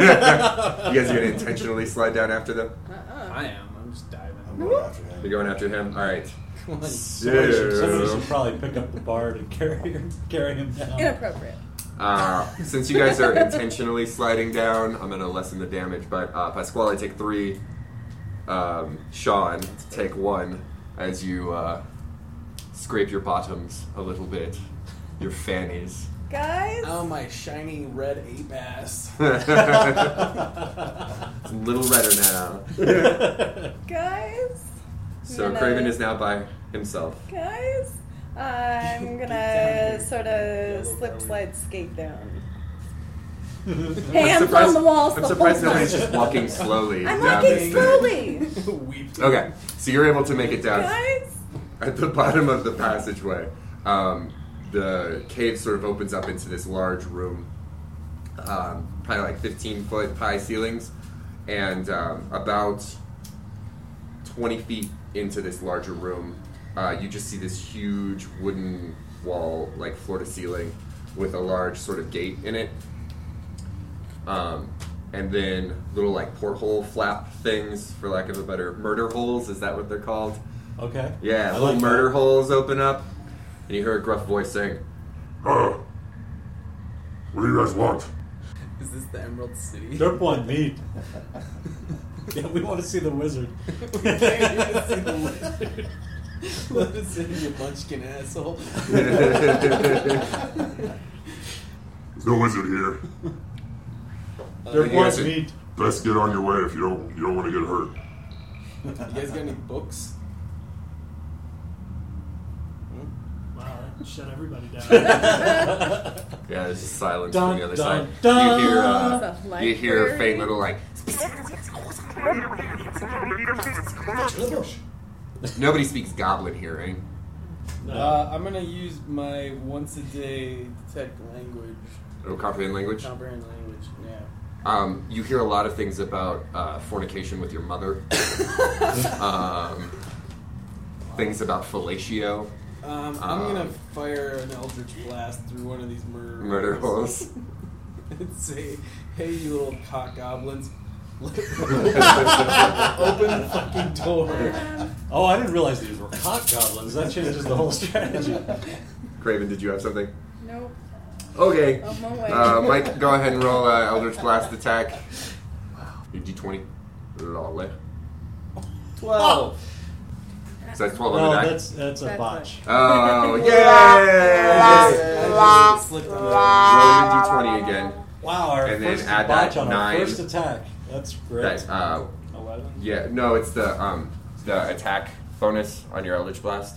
Speaker 3: inten- You guys are gonna intentionally slide down after them.
Speaker 6: Uh-uh.
Speaker 5: I am. I'm just diving.
Speaker 7: I'm going after him.
Speaker 3: You're going after him. All right.
Speaker 5: Come on.
Speaker 8: Somebody should, somebody
Speaker 3: So,
Speaker 8: should probably pick up the bard and carry him, carry him down.
Speaker 6: Inappropriate.
Speaker 3: uh, since you guys are intentionally sliding down, I'm gonna lessen the damage. But uh, Pasquale, take three. Um, Sean, take one as you uh, scrape your bottoms a little bit, your fannies.
Speaker 6: Guys,
Speaker 5: Oh my shiny red ape ass.
Speaker 3: it's a little redder now.
Speaker 6: guys,
Speaker 3: So
Speaker 6: Nice.
Speaker 3: Craven is now by himself.
Speaker 6: guys. I'm
Speaker 5: here.
Speaker 6: gonna sort of slip, slide, skate down.
Speaker 3: I'm
Speaker 6: Hands on
Speaker 3: surprised-
Speaker 6: the walls.
Speaker 3: I'm
Speaker 6: the
Speaker 3: surprised
Speaker 6: whole
Speaker 3: nobody's
Speaker 6: time.
Speaker 3: just walking slowly.
Speaker 6: I'm
Speaker 3: down
Speaker 6: walking
Speaker 3: this thing.
Speaker 6: slowly,
Speaker 5: Weeped.
Speaker 3: Okay, so you're able to make it down.
Speaker 6: guys.
Speaker 3: At the bottom of the passageway, um, the cave sort of opens up into this large room, um, probably like 15 foot high ceilings, and um, about 20 feet into this larger room, uh, you just see this huge wooden wall, like floor to ceiling, with a large sort of gate in it. Um, and then little like porthole flap things, for lack of a better, murder holes, is that what they're called?
Speaker 8: Okay.
Speaker 3: Yeah,
Speaker 8: I
Speaker 3: little
Speaker 8: like
Speaker 3: murder
Speaker 8: that.
Speaker 3: holes open up, and you hear a gruff voice saying,
Speaker 2: Huh. What do you guys want?
Speaker 5: Is this the Emerald City?
Speaker 8: Derp one meat. yeah, we want to see the wizard.
Speaker 5: we can't even see the wizard. Let us in, you munchkin asshole.
Speaker 2: There's no wizard here.
Speaker 8: Derp
Speaker 5: Uh,
Speaker 3: Uh, you guys
Speaker 8: one
Speaker 3: are-
Speaker 8: meat.
Speaker 2: Best get on your way if you don't you don't want to get hurt.
Speaker 5: You guys got any books? Hmm?
Speaker 4: Wow, that shut everybody
Speaker 3: Um,
Speaker 4: down.
Speaker 3: Yeah, there's just silence
Speaker 8: Dun,
Speaker 3: from the other
Speaker 8: dun,
Speaker 3: side.
Speaker 8: dun.
Speaker 3: You hear,
Speaker 6: It's a
Speaker 3: uh,
Speaker 6: light
Speaker 3: you hear a
Speaker 6: bird.
Speaker 3: faint little like. Nobody speaks goblin here, right?
Speaker 5: Uh, I'm gonna use my once a day detect language,
Speaker 3: Or comprehend language.
Speaker 5: comprehend language. Yeah.
Speaker 3: Um, you hear a lot of things about uh, fornication with your mother. um, things about fellatio,
Speaker 5: Um, I'm
Speaker 8: Ah.
Speaker 5: gonna fire an eldritch blast through one of these murder
Speaker 3: murder holes.
Speaker 5: and say, "Hey, you little cock goblins, open the fucking door."
Speaker 8: Oh, I didn't realize these were cock goblins. That changes the whole strategy.
Speaker 3: Craven, did you have something?
Speaker 6: Nope.
Speaker 3: Okay.
Speaker 6: On my way.
Speaker 3: Uh, Mike, go ahead and roll uh, Eldritch Blast attack. Your D20. Lovely.
Speaker 5: Twelve.
Speaker 3: So that's 12
Speaker 8: No,
Speaker 3: on the die.
Speaker 8: that's that's a
Speaker 6: That's
Speaker 8: botch.
Speaker 3: Oh, yay!
Speaker 5: I just slipped on
Speaker 3: Roll your D20 again.
Speaker 8: Wow, our
Speaker 3: And then
Speaker 8: first
Speaker 3: add that
Speaker 8: botch on
Speaker 3: nine.
Speaker 8: our first attack. That's great.
Speaker 3: That, uh,
Speaker 8: Eleven.
Speaker 3: yeah, no, it's the um, the attack bonus on your Eldritch Blast.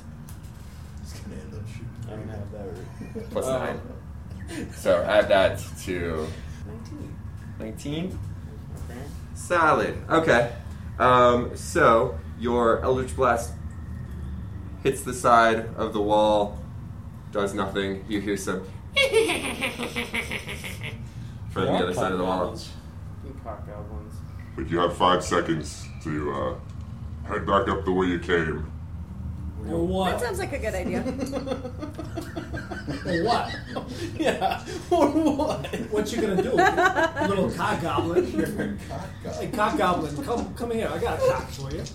Speaker 7: Just gonna end up shooting.
Speaker 8: I don't have
Speaker 7: that.
Speaker 3: Plus
Speaker 5: Oh.
Speaker 3: 9. So add that to
Speaker 5: Nineteen.
Speaker 3: 19. Solid. Okay. Um, so your Eldritch Blast hits the side of the wall, does nothing. You hear some from the other side of the wall.
Speaker 5: Fucking cock goblins.
Speaker 2: But you have five seconds to uh, head back up the way you came.
Speaker 8: Or
Speaker 6: That
Speaker 8: what?
Speaker 6: sounds like a good idea.
Speaker 8: Or what?
Speaker 5: Yeah. Or what?
Speaker 4: what you gonna do, you little cock goblin?
Speaker 7: God.
Speaker 4: Hey, cock goblin, come come here. I got a cock for you.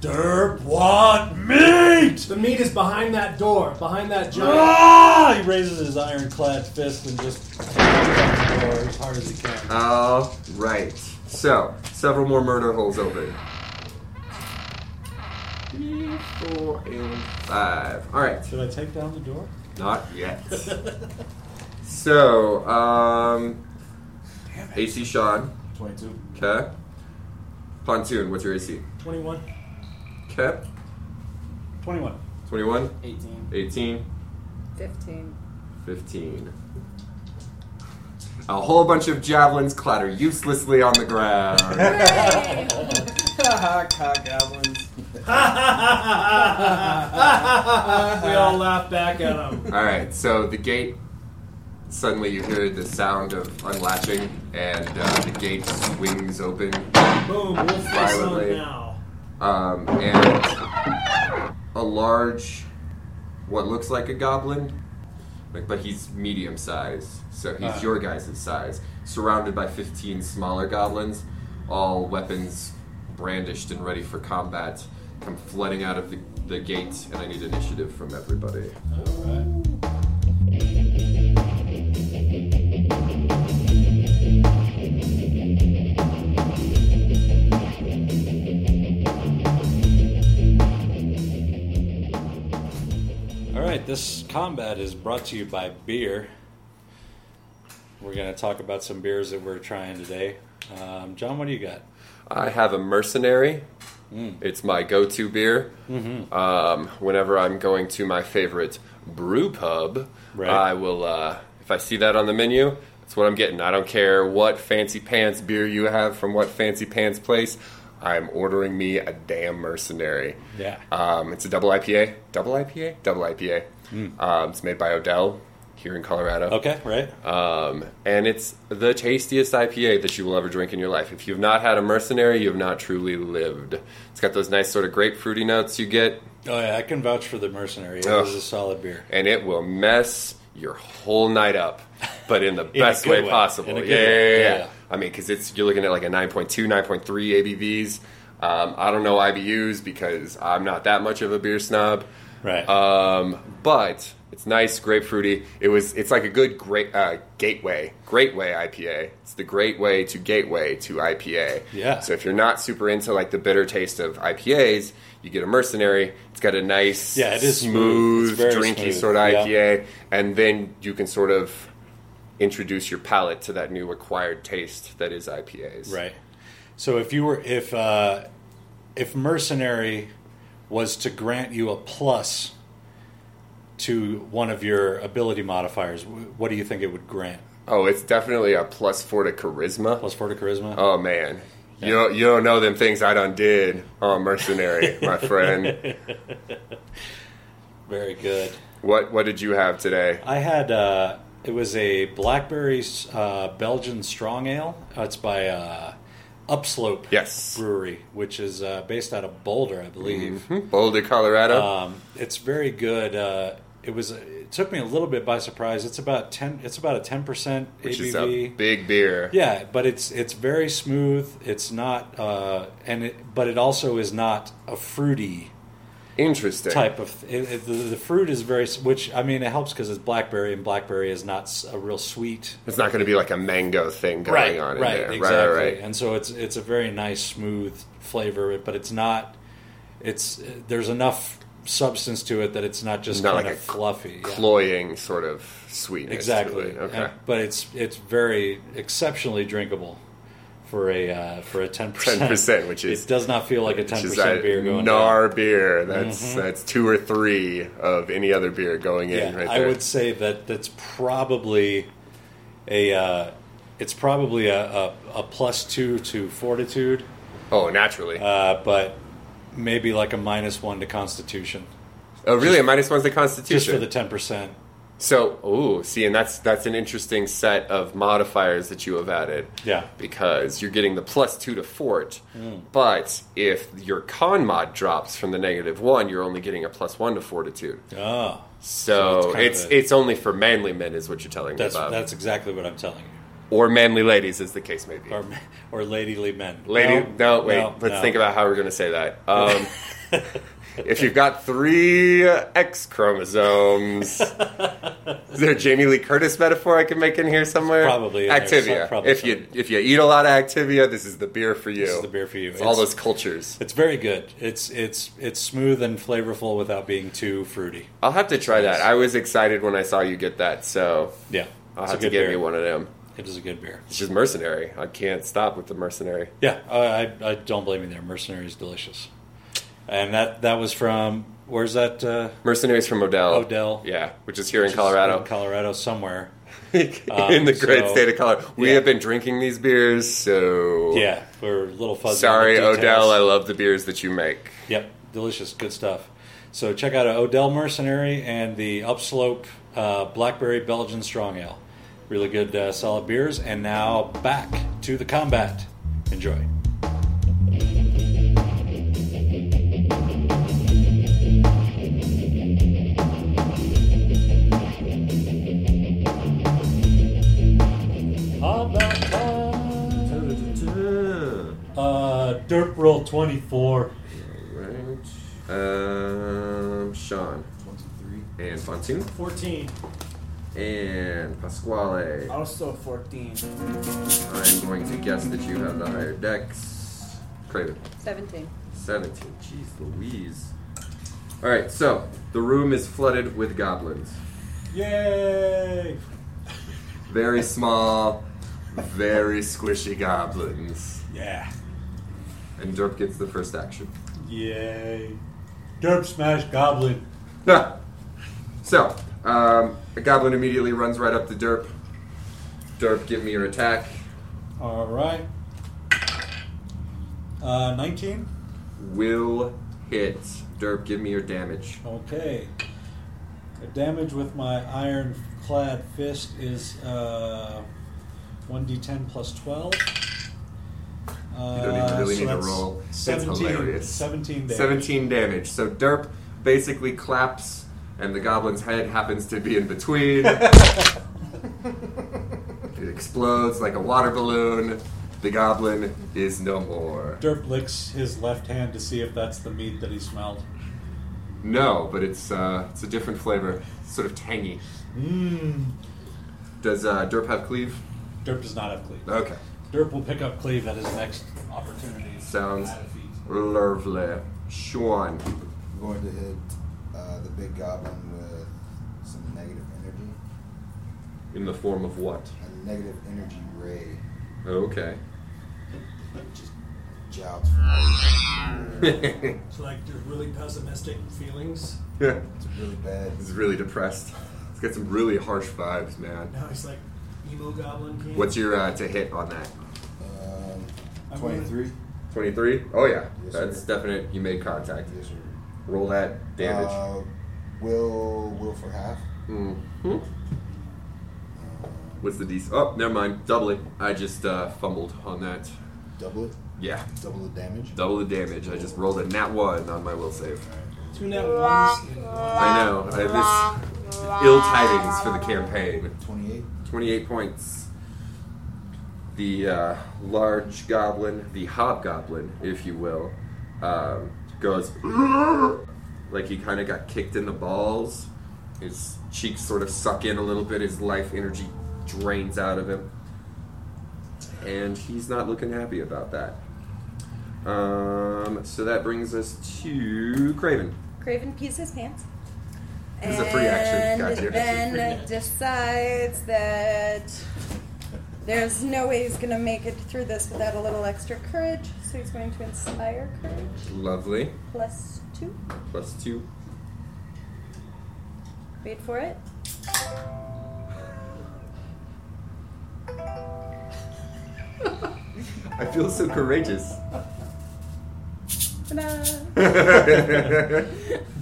Speaker 8: Derp want meat.
Speaker 4: The meat is behind that door, behind that giant.
Speaker 8: Ah! He raises his ironclad fist and just pounds on the door as hard as he can.
Speaker 3: All right. So several more murder holes open. Three, four, and five. All right.
Speaker 8: Should I take down the door?
Speaker 3: Not yet. so um, AC Sean.
Speaker 7: 22.
Speaker 3: Okay. Pontoon, what's your AC?
Speaker 4: Twenty-one.
Speaker 3: Okay.
Speaker 8: 21.
Speaker 3: 21,
Speaker 5: Eighteen.
Speaker 3: 18,
Speaker 6: Fifteen.
Speaker 3: 15. A whole bunch of javelins clatter uselessly on the ground.
Speaker 6: Hooray!
Speaker 5: Haha, cockgoblins.
Speaker 4: we all laugh back at him.
Speaker 3: All right, so the gate. Suddenly, you hear the sound of unlatching, and uh, the gate swings open,
Speaker 4: Boom, we'll fix on
Speaker 3: Violently.
Speaker 4: now.
Speaker 3: um, and a large, what looks like a goblin, like, but he's medium size, so he's
Speaker 8: Ah.
Speaker 3: your guys' size, surrounded by fifteen smaller goblins, all weapons brandished and ready for combat, come flooding out of the, the gate, and I need initiative from everybody.
Speaker 8: Alright.
Speaker 1: All right, this combat is brought to you by beer. We're going to talk about some beers that we're trying today. Um, John, what do you got?
Speaker 3: I have a mercenary.
Speaker 1: Mm. Mm-hmm.
Speaker 3: It's my go-to beer. Um, whenever I'm going to my favorite brew pub,
Speaker 1: Right.
Speaker 3: I will. Uh, if I see that on the menu, that's what I'm getting. I don't care what fancy pants beer you have from what fancy pants place. I'm ordering me a damn mercenary.
Speaker 1: Yeah.
Speaker 3: Um, it's a double IPA. Double IPA. Double IPA. Um, it's made by Odell here in Colorado.
Speaker 1: Mm. Okay, right?
Speaker 3: Um, and it's the tastiest IPA that you will ever drink in your life. If you've not had a mercenary, you have not truly lived. It's got those nice sort of grapefruity notes you get,
Speaker 1: Oh, yeah, I can vouch for the Mercenary. It
Speaker 3: Ugh.
Speaker 1: was a solid beer.
Speaker 3: and it will mess your whole night up, but in the
Speaker 1: a
Speaker 3: best
Speaker 1: good
Speaker 3: way,
Speaker 1: way. In
Speaker 3: possible.
Speaker 1: a
Speaker 3: Yeah,
Speaker 1: good
Speaker 3: yeah,
Speaker 1: way.
Speaker 3: yeah, yeah.
Speaker 1: Yeah.
Speaker 3: I mean, because it's you're looking at like a 9.2, 9.3 ABVs. Um, I don't know IBUs because I'm not that much of a beer snob.
Speaker 1: Right.
Speaker 3: Um, but it's nice, grapefruity. It was. It's like a good great uh, gateway, great way IPA. It's the great way to gateway to IPA.
Speaker 1: Yeah.
Speaker 3: So if you're not super into like the bitter taste of IPAs, you get a Mercenary. It's got a nice,
Speaker 1: Yeah, it is smooth.
Speaker 3: smooth,
Speaker 1: It's very
Speaker 3: drinky
Speaker 1: smooth,
Speaker 3: sort of
Speaker 1: yeah.
Speaker 3: IPA, and then you can sort of introduce your palate to that new acquired taste that is IPAs.
Speaker 1: Right. So if you were if uh, if mercenary was to grant you a plus to one of your ability modifiers, wh- what do you think it would grant?
Speaker 3: Oh, it's definitely a plus four to charisma.
Speaker 1: Plus four to charisma.
Speaker 3: Oh man, you don't, you don't know them things I done did on mercenary, my friend.
Speaker 1: Very good.
Speaker 3: What what did you have today?
Speaker 1: I had uh, it was a blackberry uh, Belgian strong ale. Uh, It's by uh, Upslope
Speaker 3: Yes,
Speaker 1: Brewery, which is uh, based out of Boulder, I believe.
Speaker 3: Hmm, Boulder, Colorado.
Speaker 1: Um, it's very good. Uh, it was. It took me a little bit by surprise. It's about ten. It's about a ten percent
Speaker 3: which
Speaker 1: ABV.
Speaker 3: is a big beer.
Speaker 1: yeah, but it's it's very smooth. It's not, uh, and it, but it also is not a fruity
Speaker 3: Interesting.
Speaker 1: type of. It, it- the, the fruit is very, s- which I mean, it helps because it's blackberry, and blackberry is not s- a real sweet
Speaker 3: It's not going to be like a mango thing going on in
Speaker 1: right,
Speaker 3: there.
Speaker 1: Exactly.
Speaker 3: Right, right.
Speaker 1: And so it's it's a very nice, smooth flavor, but it's not. It's there's enough substance to it that it's not just
Speaker 3: Not
Speaker 1: kind
Speaker 3: like
Speaker 1: of
Speaker 3: a
Speaker 1: fluffy. yeah.
Speaker 3: Cloying sort of sweetness. to
Speaker 1: Exactly.
Speaker 3: it. Okay.
Speaker 1: And- but it's it's very exceptionally drinkable for a uh, for a ten percent.
Speaker 3: 10%, which is-
Speaker 1: it does not feel like a ten
Speaker 3: Which is uh,
Speaker 1: percent
Speaker 3: that
Speaker 1: beer going.
Speaker 3: gnar beer. That's that's two or three of any other beer going
Speaker 1: in.
Speaker 3: in
Speaker 1: Yeah,
Speaker 3: right
Speaker 1: I
Speaker 3: there.
Speaker 1: would say that that's probably a uh, it's probably a, a, a plus two to fortitude.
Speaker 3: oh, naturally.
Speaker 1: uh, but maybe like a minus one to Constitution,
Speaker 3: oh, really? A minus one's the Constitution.
Speaker 1: just for the ten percent.
Speaker 3: So, ooh, see, and that's that's an interesting set of modifiers that you have added.
Speaker 1: Yeah.
Speaker 3: Because you're getting the plus two to fort,
Speaker 1: Hmm.
Speaker 3: but if your con mod drops from the negative one, you're only getting a plus one to fortitude.
Speaker 1: Oh, So
Speaker 3: So,
Speaker 1: it's kind of
Speaker 3: it's it's,
Speaker 1: a-
Speaker 3: only for manly men, is what you're telling
Speaker 1: that's
Speaker 3: me about,
Speaker 1: that's exactly what I'm telling you,
Speaker 3: or manly ladies, as the case may be.
Speaker 1: or or ladyly men.
Speaker 3: Lady, no, wait. let's
Speaker 1: no.
Speaker 3: think about how we're going to say that. Um, if you've got three uh, X chromosomes, is there a Jamie Lee Curtis metaphor I can make in here somewhere?
Speaker 1: Probably in there.
Speaker 3: Activia.
Speaker 1: Some- probably
Speaker 3: if you if you eat a lot of Activia, this is the beer for you.
Speaker 1: This is the beer for you.
Speaker 3: It's, all
Speaker 1: It's-
Speaker 3: those cultures.
Speaker 1: It's very good. It's it's it's smooth and flavorful without being too fruity.
Speaker 3: I'll have to try that. I was excited when I saw you get that, so
Speaker 1: Yeah,
Speaker 3: I'll
Speaker 1: it's a
Speaker 3: have
Speaker 1: good
Speaker 3: to get
Speaker 1: beer.
Speaker 3: me one of them.
Speaker 1: It is a good beer.
Speaker 3: It's just mercenary. I can't stop with the mercenary.
Speaker 1: Yeah, I, I, I don't blame you there. Mercenary is delicious, and that that was from where's that? Uh,
Speaker 3: Mercenaries from Odell.
Speaker 1: Odell.
Speaker 3: Yeah, which is Oh, here in
Speaker 1: Just
Speaker 3: Colorado.
Speaker 1: in Colorado somewhere.
Speaker 2: in the
Speaker 1: Um,
Speaker 2: great
Speaker 1: so-
Speaker 2: state of Colorado. We
Speaker 1: yeah.
Speaker 2: have been drinking these beers, so
Speaker 1: Yeah, we're a little fuzzy. on
Speaker 2: Sorry,
Speaker 1: the details.
Speaker 2: Odell. I love the beers that you make.
Speaker 1: Yep, delicious, good stuff. So check out Odell Mercenary and the Upslope uh, Blackberry Belgian Strong Ale. Really good, uh, solid beers. And now back to the combat. Enjoy. Combat time.
Speaker 8: Uh, derp roll 24.
Speaker 3: Right. Um, Sean
Speaker 7: 23.
Speaker 3: and Fontoon
Speaker 4: 14.
Speaker 3: and Pasquale.
Speaker 5: Also 14.
Speaker 3: I'm going to guess that you have the higher dex. Craven.
Speaker 6: 17.
Speaker 3: 17. Jeez Louise. Alright, so the room is flooded with goblins.
Speaker 8: Yay!
Speaker 3: Very small, very squishy goblins.
Speaker 8: Yeah.
Speaker 3: And Derp gets the first action.
Speaker 8: Yay. Derp smash goblin.
Speaker 3: Ah. so, um, a goblin immediately runs right up to Derp. Derp, give me your attack.
Speaker 8: All right. Uh, 19.
Speaker 3: Will hit. Derp, give me your damage.
Speaker 8: Okay. The damage with my ironclad fist is uh, 1d10 plus 12. Uh,
Speaker 3: You don't even really
Speaker 8: so
Speaker 3: need to
Speaker 8: that's
Speaker 3: roll. It's
Speaker 8: 17,
Speaker 3: hilarious.
Speaker 8: 17 damage.
Speaker 3: 17 damage. So Derp basically claps, and the goblin's head happens to be in between. it explodes like a water balloon. The goblin is no more.
Speaker 8: Derp licks his left hand to see if that's the meat that he smelled.
Speaker 3: No, but it's uh, it's a different flavor. It's sort of tangy. Hmm.
Speaker 8: Mmm.
Speaker 3: Does uh, Derp have cleave?
Speaker 8: Derp does not have cleave.
Speaker 3: Okay.
Speaker 8: Derp will pick up cleave at his next opportunity.
Speaker 3: Sounds lovely. Sean.
Speaker 7: I'm going to hit uh, the big goblin with some negative energy.
Speaker 3: In the form of what?
Speaker 7: A negative energy ray
Speaker 3: Okay.
Speaker 7: that just jouts from all over.
Speaker 4: It's like the really pessimistic feelings.
Speaker 7: It's really bad.
Speaker 3: He's really depressed. It's got some really harsh vibes, man.
Speaker 4: Now he's like emo goblin king.
Speaker 3: What's your uh, to hit on that?
Speaker 7: Um,
Speaker 4: I'm
Speaker 7: 23.
Speaker 3: 23? Oh, yeah.
Speaker 7: Yes,
Speaker 3: That's
Speaker 7: sir.
Speaker 3: definite. You made contact.
Speaker 7: Yes, sir.
Speaker 3: Roll that damage.
Speaker 7: Uh, will, will for half.
Speaker 3: hmm What's the DC? Oh, never mind. Double it. I just uh, fumbled on that.
Speaker 7: Double it.
Speaker 3: Yeah.
Speaker 7: Double the damage.
Speaker 3: Double the damage. I just rolled a nat 1 on my will save.
Speaker 4: Two net ones. and one.
Speaker 3: I know. I have this ill tidings for the campaign.
Speaker 7: 28.
Speaker 3: 28 points. The uh, large goblin, the hobgoblin, if you will, um, goes like he kind of got kicked in the balls. His cheeks sort of suck in a little bit, his life energy drains out of him. And he's not looking happy about that. Um, so that brings us to Craven.
Speaker 6: Craven pees his pants.
Speaker 3: This is a free action.
Speaker 6: And
Speaker 3: Gotcha.
Speaker 6: then decides that there's no way he's going to make it through this without a little extra courage. So he's going to inspire courage.
Speaker 3: Lovely.
Speaker 6: Plus two.
Speaker 3: Plus two.
Speaker 6: Wait for it.
Speaker 3: I feel so courageous.
Speaker 6: Ta-da.
Speaker 3: All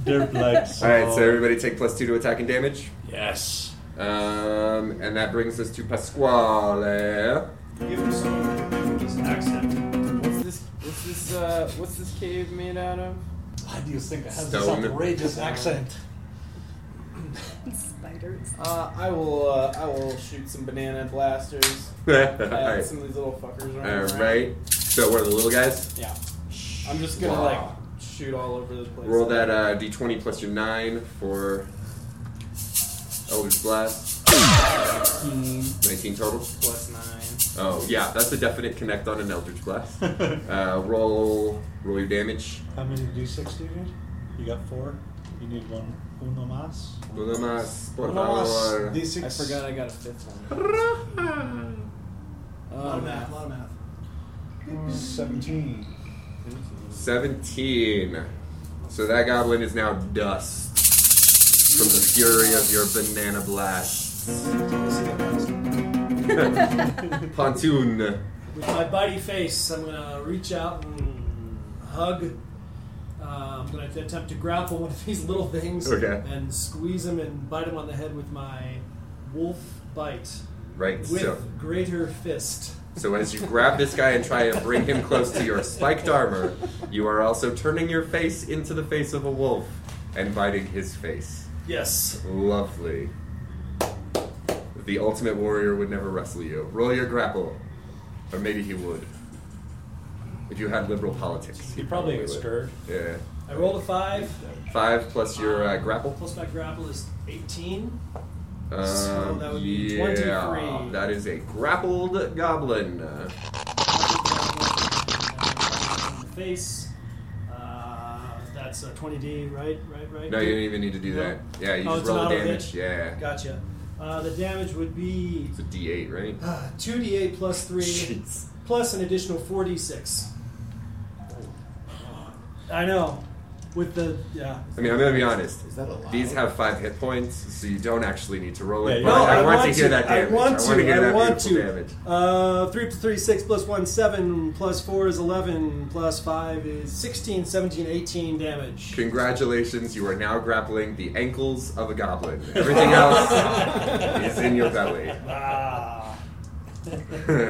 Speaker 8: Derp likes.
Speaker 3: right, so everybody take plus two to attack and damage.
Speaker 8: Yes.
Speaker 3: Um, and that brings us to Pasquale.
Speaker 4: Give him some his accent.
Speaker 5: What's this? What's this? Uh, what's this cave made out of?
Speaker 8: Why do you think I have this
Speaker 3: Stone.
Speaker 8: outrageous accent?
Speaker 6: Spiders.
Speaker 5: Uh, I will. Uh, I will shoot some banana blasters.
Speaker 3: All
Speaker 5: at
Speaker 3: right.
Speaker 5: Some of these little fuckers. running
Speaker 3: All
Speaker 5: around.
Speaker 3: right. So one of the little guys.
Speaker 5: Yeah. I'm just gonna
Speaker 3: Wow.
Speaker 5: like shoot all over the place.
Speaker 3: Roll that uh, d20 plus your nine for Eldritch Blast.
Speaker 5: 15
Speaker 3: 19 total.
Speaker 5: plus nine.
Speaker 3: Oh yeah, that's a definite connect on an Eldritch Blast. Uh, roll, roll your damage.
Speaker 8: How many d6 do you need? You got four. You need one. Uno mas.
Speaker 3: Uno más, por
Speaker 8: Uno mas
Speaker 3: favor.
Speaker 8: D6.
Speaker 5: I forgot I got a fifth one.
Speaker 4: A lot
Speaker 5: Oh
Speaker 4: of math, a
Speaker 5: man.
Speaker 4: lot of math.
Speaker 8: 17.
Speaker 3: 17. So that goblin is now dust from the fury of your banana blast.
Speaker 2: Pontoon.
Speaker 4: With my bitey face, I'm gonna reach out and hug. Uh, I'm gonna attempt to grapple one of these little things
Speaker 2: Okay.
Speaker 4: and squeeze them and bite them on the head with my wolf bite
Speaker 2: Right,
Speaker 4: with
Speaker 2: so.
Speaker 4: greater fist.
Speaker 2: So as you grab this guy and try and bring him close to your spiked armor, you are also turning your face into the face of a wolf and biting his face.
Speaker 4: Yes.
Speaker 2: Lovely. The ultimate warrior would never wrestle you. Roll your grapple. Or maybe he would. If you had liberal politics.
Speaker 1: He probably
Speaker 2: would.
Speaker 1: gets scared.
Speaker 2: Yeah.
Speaker 4: I rolled a five.
Speaker 2: Five plus your uh, grapple.
Speaker 4: Plus my grapple is 18.
Speaker 2: Um,
Speaker 4: So that would be
Speaker 2: yeah,
Speaker 4: 23.
Speaker 2: That is a grappled goblin. Uh,
Speaker 4: Face. Uh, that's a 20d, right? Right? Right?
Speaker 2: No, you don't even need to do that. Yeah, you
Speaker 4: Oh,
Speaker 2: just
Speaker 4: it's
Speaker 2: roll
Speaker 4: not
Speaker 2: the
Speaker 4: a hit?
Speaker 2: damage. Yeah.
Speaker 4: Gotcha. Uh, the damage would be
Speaker 2: It's a D8, right?
Speaker 4: uh, 2d8 plus 3
Speaker 2: Jeez.
Speaker 4: plus an additional 4d6. I know. With the. Yeah.
Speaker 2: I mean, I'm gonna be honest.
Speaker 7: Is that allowed?
Speaker 2: These have five hit points, so you don't actually need to roll it.
Speaker 1: Yeah,
Speaker 2: but
Speaker 1: no,
Speaker 2: I,
Speaker 1: I
Speaker 2: want,
Speaker 4: want
Speaker 2: to hear that
Speaker 4: I
Speaker 2: damage.
Speaker 4: want to.
Speaker 2: I want to hear
Speaker 4: I
Speaker 2: that
Speaker 4: want to.
Speaker 2: beautiful damage.
Speaker 4: Uh, 3 plus 3 is 6 plus 1 7 plus 4 is 11 plus 5 is 16, 17, 18 damage.
Speaker 2: Congratulations, you are now grappling the ankles of a goblin. Everything else is in your belly.
Speaker 4: Ah.
Speaker 2: All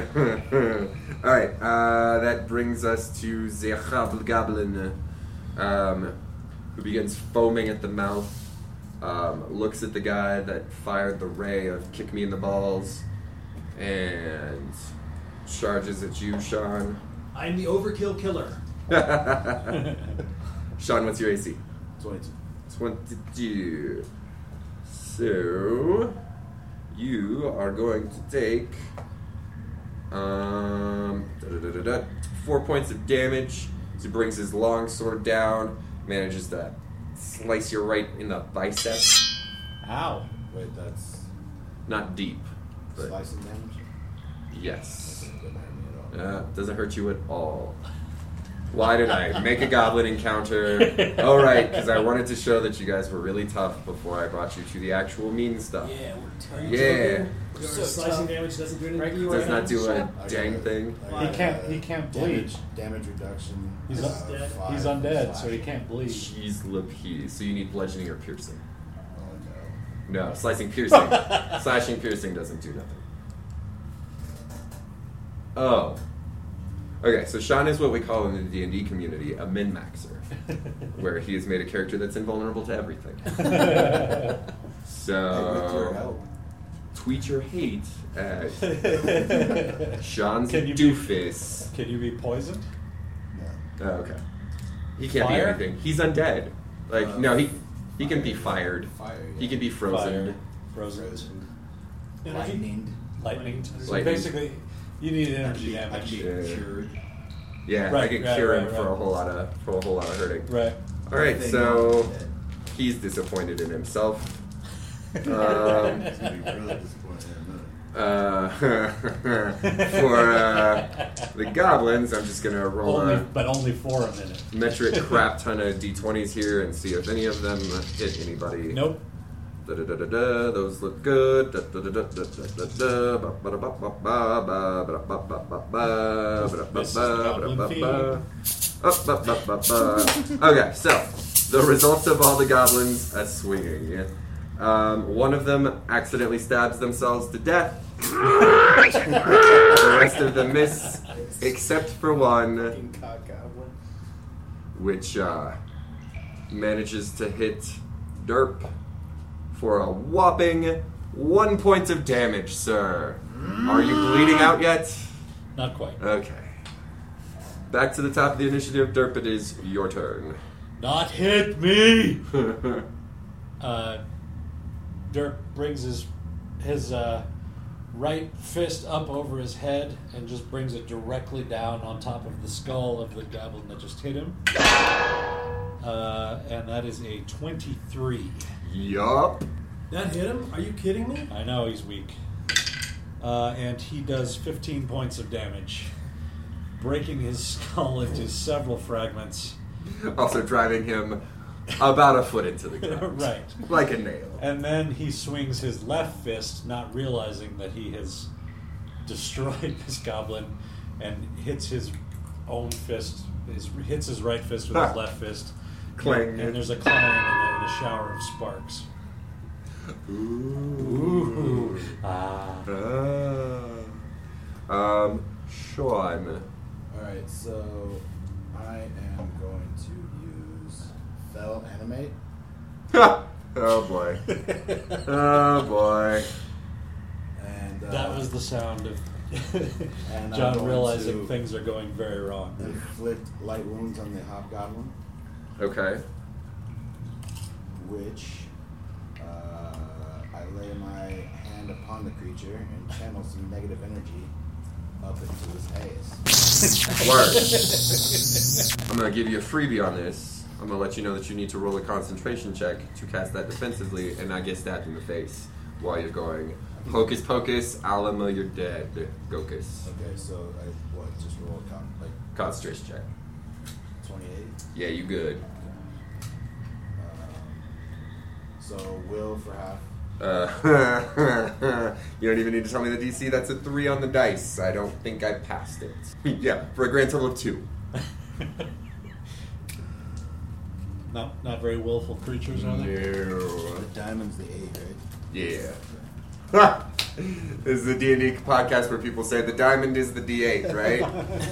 Speaker 2: right, uh, that brings us to the Hobble Goblin, um, who begins foaming at the mouth, um, looks at the guy that fired the ray of kick me in the balls, and charges at you, Sean.
Speaker 4: I'm the overkill killer.
Speaker 2: Sean, what's your AC?
Speaker 7: Twenty-two.
Speaker 2: 22. So, you are going to take um, da, da, da, da, da, four points of damage. So he brings his long sword down, manages to slice you right in the bicep.
Speaker 1: Ow.
Speaker 7: Wait, that's
Speaker 2: Not deep, but
Speaker 7: slicing damage.
Speaker 2: yes.
Speaker 7: Doesn't hurt me at all.
Speaker 2: Uh, doesn't hurt you at all. Why did I make a goblin encounter? All right, because I wanted to show that you guys were really tough before I brought you to the actual mean stuff.
Speaker 4: Yeah, we're
Speaker 2: you Yeah. joking?
Speaker 4: Your
Speaker 5: So
Speaker 4: slicing
Speaker 5: tough.
Speaker 4: damage doesn't do anything
Speaker 5: Right.
Speaker 4: to you
Speaker 2: Does
Speaker 4: right
Speaker 2: not
Speaker 4: now?
Speaker 2: do a
Speaker 7: I
Speaker 2: dang
Speaker 7: got
Speaker 2: thing.
Speaker 7: I
Speaker 4: He
Speaker 7: got
Speaker 1: can't-
Speaker 7: a
Speaker 1: he can't
Speaker 7: damage, Damage reduction.
Speaker 1: He's
Speaker 7: uh,
Speaker 4: dead.
Speaker 7: five
Speaker 1: He's undead,
Speaker 7: slash.
Speaker 1: so he can't bleed.
Speaker 2: Jeez Lapide. So you need bludgeoning or piercing.
Speaker 7: Oh, no.
Speaker 2: No, slicing, piercing. Slashing, piercing doesn't do nothing. Oh. Okay, so Sean is what we call in the D and D community a min maxer, where he has made a character that's invulnerable to everything.
Speaker 7: Hey, with your
Speaker 2: So
Speaker 7: help.
Speaker 2: tweet your hate at Sean's
Speaker 1: Can you be-
Speaker 2: doofus.
Speaker 1: Can you be poisoned?
Speaker 7: No.
Speaker 2: Oh, okay. He can't
Speaker 1: Fire?
Speaker 2: be anything. He's undead. Like
Speaker 7: Uh,
Speaker 2: no, he he can be fired.
Speaker 7: Fire.
Speaker 2: He can be
Speaker 1: Fire.
Speaker 2: frozen.
Speaker 1: Frozen.
Speaker 4: And I can-
Speaker 7: Lightning.
Speaker 1: Lightning. So
Speaker 2: Lightning.
Speaker 1: basically, you need
Speaker 7: I can
Speaker 1: energy
Speaker 7: be, I
Speaker 1: damage.
Speaker 7: can be
Speaker 2: Yeah.
Speaker 7: cured.
Speaker 2: Yeah, I
Speaker 1: Right,
Speaker 2: can
Speaker 1: right,
Speaker 2: cure
Speaker 1: right,
Speaker 2: him for a
Speaker 1: right.
Speaker 2: whole lot of for a whole lot of hurting.
Speaker 1: Right.
Speaker 2: All right,
Speaker 7: Thing
Speaker 2: so
Speaker 7: is dead.
Speaker 2: he's disappointed in himself.
Speaker 7: He's gonna be really disappointed in a minute.
Speaker 2: Uh, for uh, the goblins, I'm just gonna roll
Speaker 1: only,
Speaker 2: a
Speaker 1: but only for a minute.
Speaker 2: metric crap ton of d20s here and see if any of them hit anybody.
Speaker 1: Nope.
Speaker 2: Da da da da da. Those look good. Da da da da da da da da. Ba ba da ba ba ba ba ba da ba ba ba ba ba da ba
Speaker 1: This is
Speaker 2: ba ba da
Speaker 1: Goblin
Speaker 2: ba
Speaker 1: Fiend.
Speaker 2: ba. Up, up, up, up, up. Okay, so the results of all the goblins are swinging. Um, one of them accidentally stabs themselves to death. the rest of them miss, except for one
Speaker 5: Fucking cock goblin.
Speaker 2: which uh, manages to hit Derp for a whopping one point of damage, sir. Are you bleeding out yet?
Speaker 1: Not quite.
Speaker 2: Okay. Back to the top of the initiative, Derp. It is your turn.
Speaker 1: Not hit me! uh, Dirk brings his his uh, right fist up over his head and just brings it directly down on top of the skull of the goblin that just hit him. Uh, and that is a 23.
Speaker 2: yup.
Speaker 4: That hit him? Are you kidding me?
Speaker 1: I know he's weak. Uh, and he does 15 points of damage, breaking his skull into several fragments.
Speaker 2: Also driving him about a foot into the ground.
Speaker 1: right.
Speaker 2: Like a nail.
Speaker 1: And then he swings his left fist, not realizing that he has destroyed this goblin, and hits his own fist, his, hits his right fist with his left fist.
Speaker 2: Clang.
Speaker 1: And there's a clang and a, and a shower of sparks. Ooh. Ah.
Speaker 2: Ah. um, Sean.
Speaker 7: Alright, so I am going to use Fell Animate.
Speaker 2: oh boy. Oh boy.
Speaker 7: And, uh,
Speaker 1: That was the sound of
Speaker 7: And I'm
Speaker 1: John
Speaker 7: going
Speaker 1: realizing
Speaker 7: to-
Speaker 1: things are going very wrong.
Speaker 7: inflict light wounds on the hobgoblin,
Speaker 2: Okay.
Speaker 7: which uh, I lay my hand upon the creature and channel some negative energy up into his ass.
Speaker 2: Word. I'm gonna give you a freebie on this. I'm gonna let you know that you need to roll a concentration check to cast that defensively and not get stabbed in the face while you're going. Hocus pocus, Alamo, you're dead. Gokus.
Speaker 7: Okay, so I what? Just roll a con like
Speaker 2: Concentration check.
Speaker 7: twenty-eight.
Speaker 2: Yeah, you good.
Speaker 7: Um, So will for half.
Speaker 2: Uh, you don't even need to tell me the DC. That's a three on the dice. I don't think I passed it. yeah, for a grand total of two.
Speaker 1: Not not very willful creatures, are they?
Speaker 7: The
Speaker 2: No.
Speaker 7: diamond's the eight, right?
Speaker 2: Yeah. this is the D&D podcast where people say the diamond is the D8, right?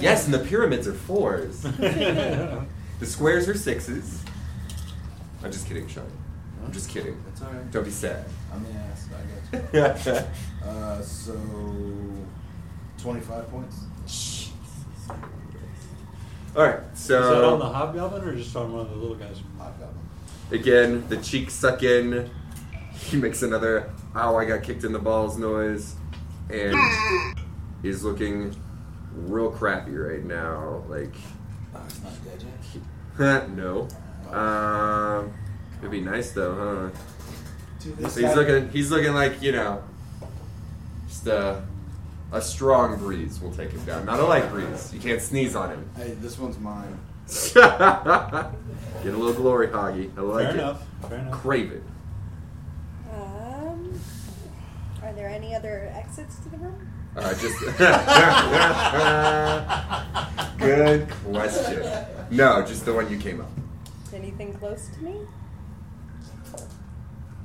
Speaker 2: yes, and the pyramids are fours. The squares are sixes. I'm just kidding, Sean. I'm just kidding.
Speaker 7: That's alright.
Speaker 2: Don't be sad.
Speaker 7: I'm the ass. I got
Speaker 2: That's
Speaker 7: you. Uh, so twenty-five points.
Speaker 2: All right,
Speaker 1: Is that on the
Speaker 2: so
Speaker 1: hobgoblin or just on one of the little guys?
Speaker 7: Hobgoblin.
Speaker 2: again, the cheeks suck in. He makes another "ow, I got kicked in the balls" noise, and is looking real crappy right now. Like,
Speaker 7: Oh, it's not dead yet.
Speaker 2: no. Um, it'd be nice though, huh?
Speaker 4: To this
Speaker 2: He's
Speaker 4: guy-
Speaker 2: looking. He's looking like you know, just a a strong breeze will take him down. Not a light breeze. You can't sneeze on him.
Speaker 7: Hey, this one's mine.
Speaker 2: Get a little glory, Hoggy. I like
Speaker 1: Fair
Speaker 2: it.
Speaker 1: enough. Fair enough.
Speaker 2: Crave it.
Speaker 6: Um, are there any other exits to the room?
Speaker 2: Uh, just good question. No, just the one you came up.
Speaker 6: Anything close to me?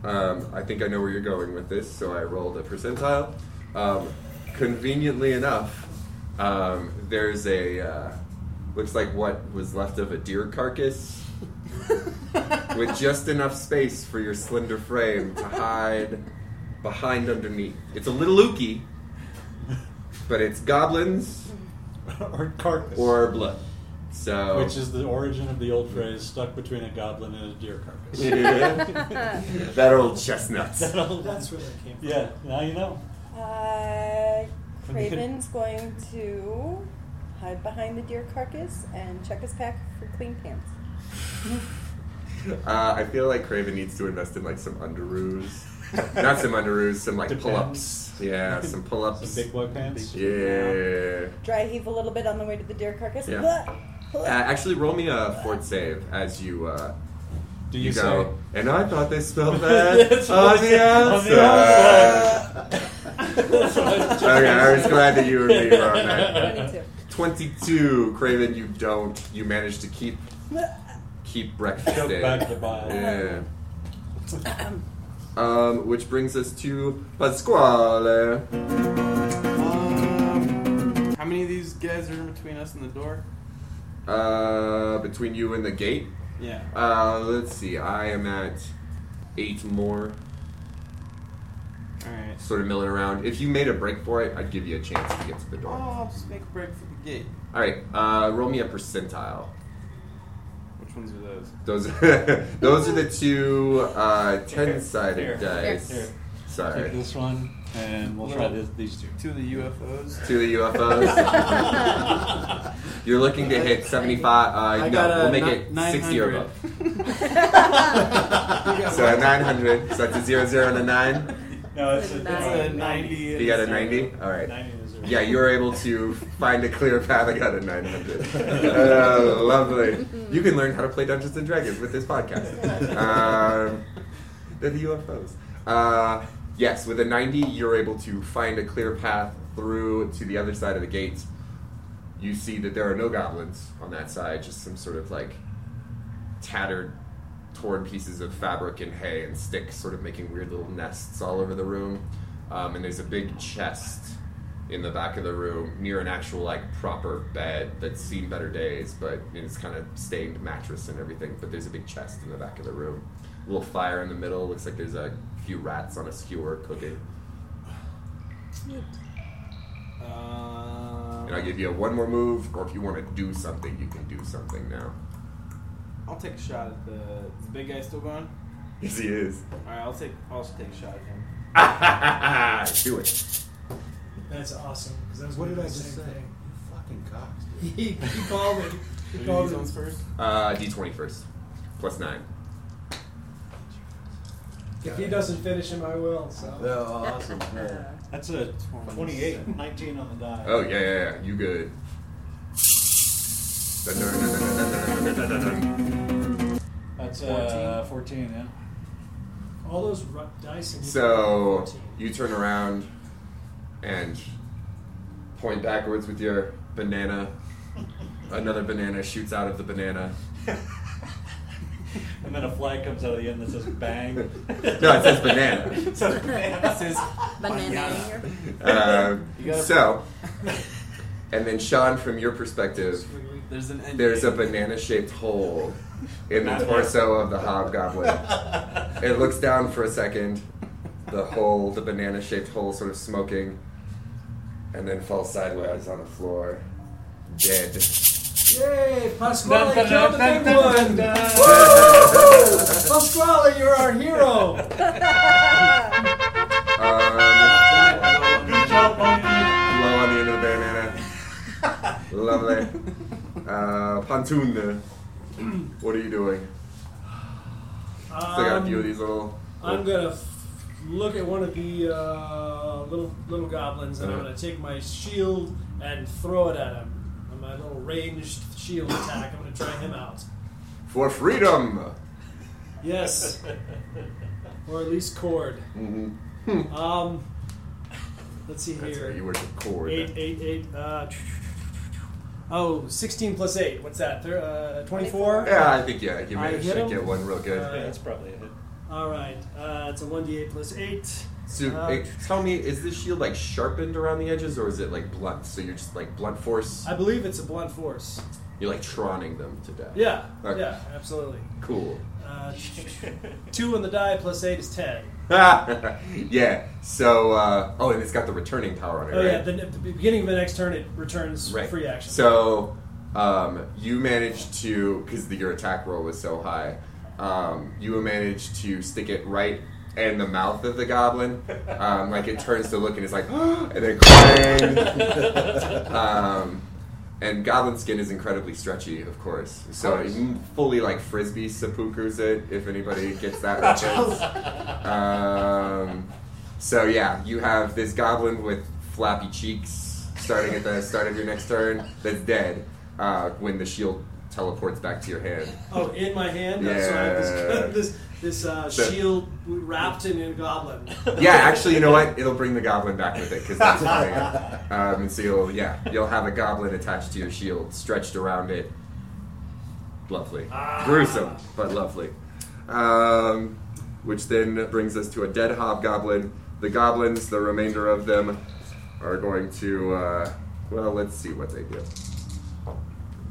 Speaker 2: Um, I think I know where you're going with this, so I rolled a percentile. Um, conveniently enough, um, there's a uh, looks like what was left of a deer carcass with just enough space for your slender frame to hide behind underneath. It's a little ooky, but it's goblins
Speaker 1: or carcass.
Speaker 2: or uh, blood. So
Speaker 1: which is the origin of the old phrase "stuck between a goblin and a deer carcass."
Speaker 2: that old chestnuts.
Speaker 4: That's where that came from.
Speaker 1: yeah, now you know.
Speaker 6: Uh, Craven's going to hide behind the deer carcass and check his pack for clean pants.
Speaker 2: Uh, I feel like Craven needs to invest in like some underoos. Not some underoos, some like
Speaker 1: Depends.
Speaker 2: pull ups. Yeah, some pull
Speaker 1: Some
Speaker 2: ups.
Speaker 1: big boy pants.
Speaker 2: Yeah.
Speaker 6: Dry heave a little bit on the way to the deer carcass.
Speaker 2: Yeah.
Speaker 6: Blah, blah.
Speaker 2: Uh, actually, roll me a fort save as you uh,
Speaker 1: Do you,
Speaker 2: go. And I thought they spelled
Speaker 1: That's
Speaker 2: that
Speaker 1: what I
Speaker 2: on the
Speaker 1: said, on the
Speaker 2: outside.
Speaker 1: say?
Speaker 2: okay, I was glad that you were me were on that.
Speaker 6: 22.
Speaker 2: 22, Craven, you don't. You manage to keep keep breakfast
Speaker 1: Go
Speaker 2: in.
Speaker 1: back to bio.
Speaker 2: Uh, Yeah. um, which brings us to Pasquale.
Speaker 5: Um, how many of these guys are in between us and the door?
Speaker 2: Uh, between you and the gate.
Speaker 5: Yeah.
Speaker 2: Uh, let's see. I am at eight more,
Speaker 5: All right.
Speaker 2: sort of milling around. If you made a break for it, I'd give you a chance to get to the
Speaker 5: Oh,
Speaker 2: door.
Speaker 5: I'll just make a break for the gate.
Speaker 2: All right. Uh, roll me a percentile.
Speaker 5: Which ones are those?
Speaker 2: Those those are the two uh, ten
Speaker 1: Here.
Speaker 2: sided dice.
Speaker 5: Here.
Speaker 1: Take
Speaker 2: Sorry.
Speaker 1: this one, and we'll try this, these two.
Speaker 5: Two of the UFOs.
Speaker 2: Two of the UFOs. You're looking to hit 75. Uh,
Speaker 5: I
Speaker 2: no,
Speaker 5: got a
Speaker 2: we'll make
Speaker 5: ni-
Speaker 2: it 60 or
Speaker 5: 900.
Speaker 2: above. So a 900. So that's a 0, 0, and a 9.
Speaker 1: No, it's
Speaker 6: a-
Speaker 5: That's a 90.
Speaker 2: You got a 90? All right.
Speaker 1: Ninety is a
Speaker 2: yeah, you're able to find a clear path. I got a 900. Uh, lovely. You can learn how to play Dungeons and Dragons with this podcast. Um, the UFOs. Uh, yes, with a 90, you're able to find a clear path through to the other side of the gates. You see that there are no goblins on that side, just some sort of like tattered, torn pieces of fabric and hay and sticks, sort of making weird little nests all over the room. Um, and there's a big chest in the back of the room near an actual like proper bed that's seen better days, but it's kind of stained mattress and everything. But there's a big chest in the back of the room. little fire in the middle. Looks like there's a few rats on a skewer cooking.
Speaker 5: Um,
Speaker 2: And I'll give you one more move, or if you want to do something, you can do something now.
Speaker 5: I'll take a shot at the. Is the big guy still going?
Speaker 2: Yes, he is.
Speaker 5: All right, I'll take. I'll just take a shot at him.
Speaker 2: do it.
Speaker 4: That's awesome. 'cause I was what did I say? Thing.
Speaker 10: Fucking cocks, dude.
Speaker 4: He, he called it. He
Speaker 5: Who
Speaker 4: called
Speaker 5: goes
Speaker 4: it.
Speaker 5: on first?
Speaker 2: Uh, D20 first. Plus nine.
Speaker 4: If he doesn't finish him, I will. So
Speaker 10: They're awesome. Yeah.
Speaker 1: That's a 28, 19 on the die.
Speaker 2: Oh, yeah, yeah, yeah. You good. Dun, dun, dun, dun, dun, dun, dun, dun, dun, dun.
Speaker 1: That's uh, 14, yeah.
Speaker 4: all those ru- dice. And
Speaker 2: So
Speaker 4: Fourteen.
Speaker 2: you turn around and point backwards with your banana. Another banana shoots out of the banana.
Speaker 1: And then a flag comes out of the end that says bang. no,
Speaker 2: No, it says banana.
Speaker 1: it says banana.
Speaker 5: This is
Speaker 6: Banana.
Speaker 2: Um,
Speaker 5: You gotta-
Speaker 2: so, and then Sean, from your perspective,
Speaker 4: Squiggly.
Speaker 5: there's an end.
Speaker 2: there's a banana-shaped hole in the torso of the hobgoblin. It looks down for a second, the hole, the banana-shaped hole, sort of smoking, and then falls sideways on the floor, dead.
Speaker 4: Yay, Pasquale killed the big one. Pasquale, you're our hero.
Speaker 2: Um,
Speaker 5: Good job,
Speaker 2: Blow on the end of the banana. Lovely. Uh, Pontoon, what are you doing? Still got a few of
Speaker 4: Um,
Speaker 2: these little.
Speaker 4: I'm gonna f- look at one of the uh, little little goblins, and I'm
Speaker 2: Uh-huh.
Speaker 4: gonna take my shield and throw it at him. And my little ranged shield attack. I'm gonna try him out.
Speaker 2: For freedom!
Speaker 4: Yes, or at least cord.
Speaker 2: Mhm.
Speaker 4: Um, let's see
Speaker 2: That's
Speaker 4: here.
Speaker 2: right, you were the cord.
Speaker 4: Eight, eight, eight. Uh, oh, 16 plus 8. What's that? Thir- uh, 24?
Speaker 2: Yeah, I think, yeah, you
Speaker 4: I
Speaker 2: managed
Speaker 4: hit
Speaker 2: to
Speaker 4: him.
Speaker 2: get one real good.
Speaker 4: Uh,
Speaker 1: Yeah, that's probably it.
Speaker 4: All right. Uh, it's a 1d8 plus 8.
Speaker 2: so,
Speaker 4: uh,
Speaker 2: eh, tell me, is this shield like sharpened around the edges or is it like blunt? So you're just like blunt force?
Speaker 4: I believe it's a blunt force.
Speaker 2: You're like troning them to death.
Speaker 4: Yeah.
Speaker 2: Okay.
Speaker 4: Yeah, absolutely.
Speaker 2: Cool.
Speaker 4: Uh, 2 on the die plus 8 is 10.
Speaker 2: yeah, so, uh, oh, and it's got the returning power on it,
Speaker 4: Oh,
Speaker 2: right?
Speaker 4: yeah. The, at the beginning of the next turn, it returns
Speaker 2: Right.
Speaker 4: free action.
Speaker 2: So um, you managed to, because your attack roll was so high, um, you managed to stick it right in the mouth of the goblin. Um, like it turns to look and it's like, and then clang. um, and goblin skin is incredibly stretchy, of course. So it fully like frisbee sepulchers it, if anybody gets that reference. Um, so yeah, you have this goblin with flappy cheeks starting at the start of your next turn that's dead uh, when the shield teleports back to your hand.
Speaker 4: oh, in my hand? So I have
Speaker 2: Yeah.
Speaker 4: this, this, this uh,
Speaker 2: So-
Speaker 4: shield wrapped in a goblin.
Speaker 2: Yeah, actually, you know what? It'll bring the goblin back with it because that's the thing. Um, and so you'll yeah, you'll have a goblin attached to your shield, stretched around it. Lovely, gruesome, but lovely. Um, which then brings us to a dead hobgoblin. The goblins, the remainder of them, are going to. Uh, well, let's see what they do.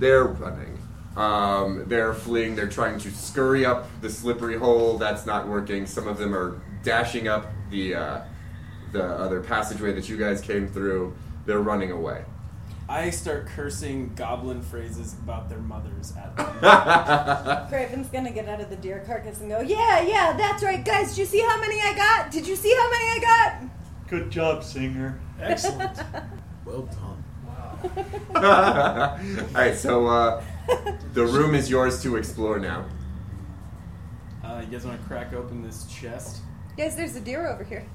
Speaker 2: They're running. Um, they're fleeing. They're trying to scurry up the slippery hole. That's not working. Some of them are dashing up the uh, the other passageway that you guys came through. They're running away.
Speaker 5: I start cursing goblin phrases about their mothers at them.
Speaker 6: Graven's gonna get out of the deer carcass and go, yeah, yeah, that's right, guys. Did you see how many I got? Did you see how many I got?
Speaker 1: Good job, singer.
Speaker 4: Excellent.
Speaker 10: Well done.
Speaker 2: All right, so uh, the room is yours to explore now.
Speaker 5: Uh, you guys want to crack open this chest?
Speaker 6: Guys, there's a deer over here.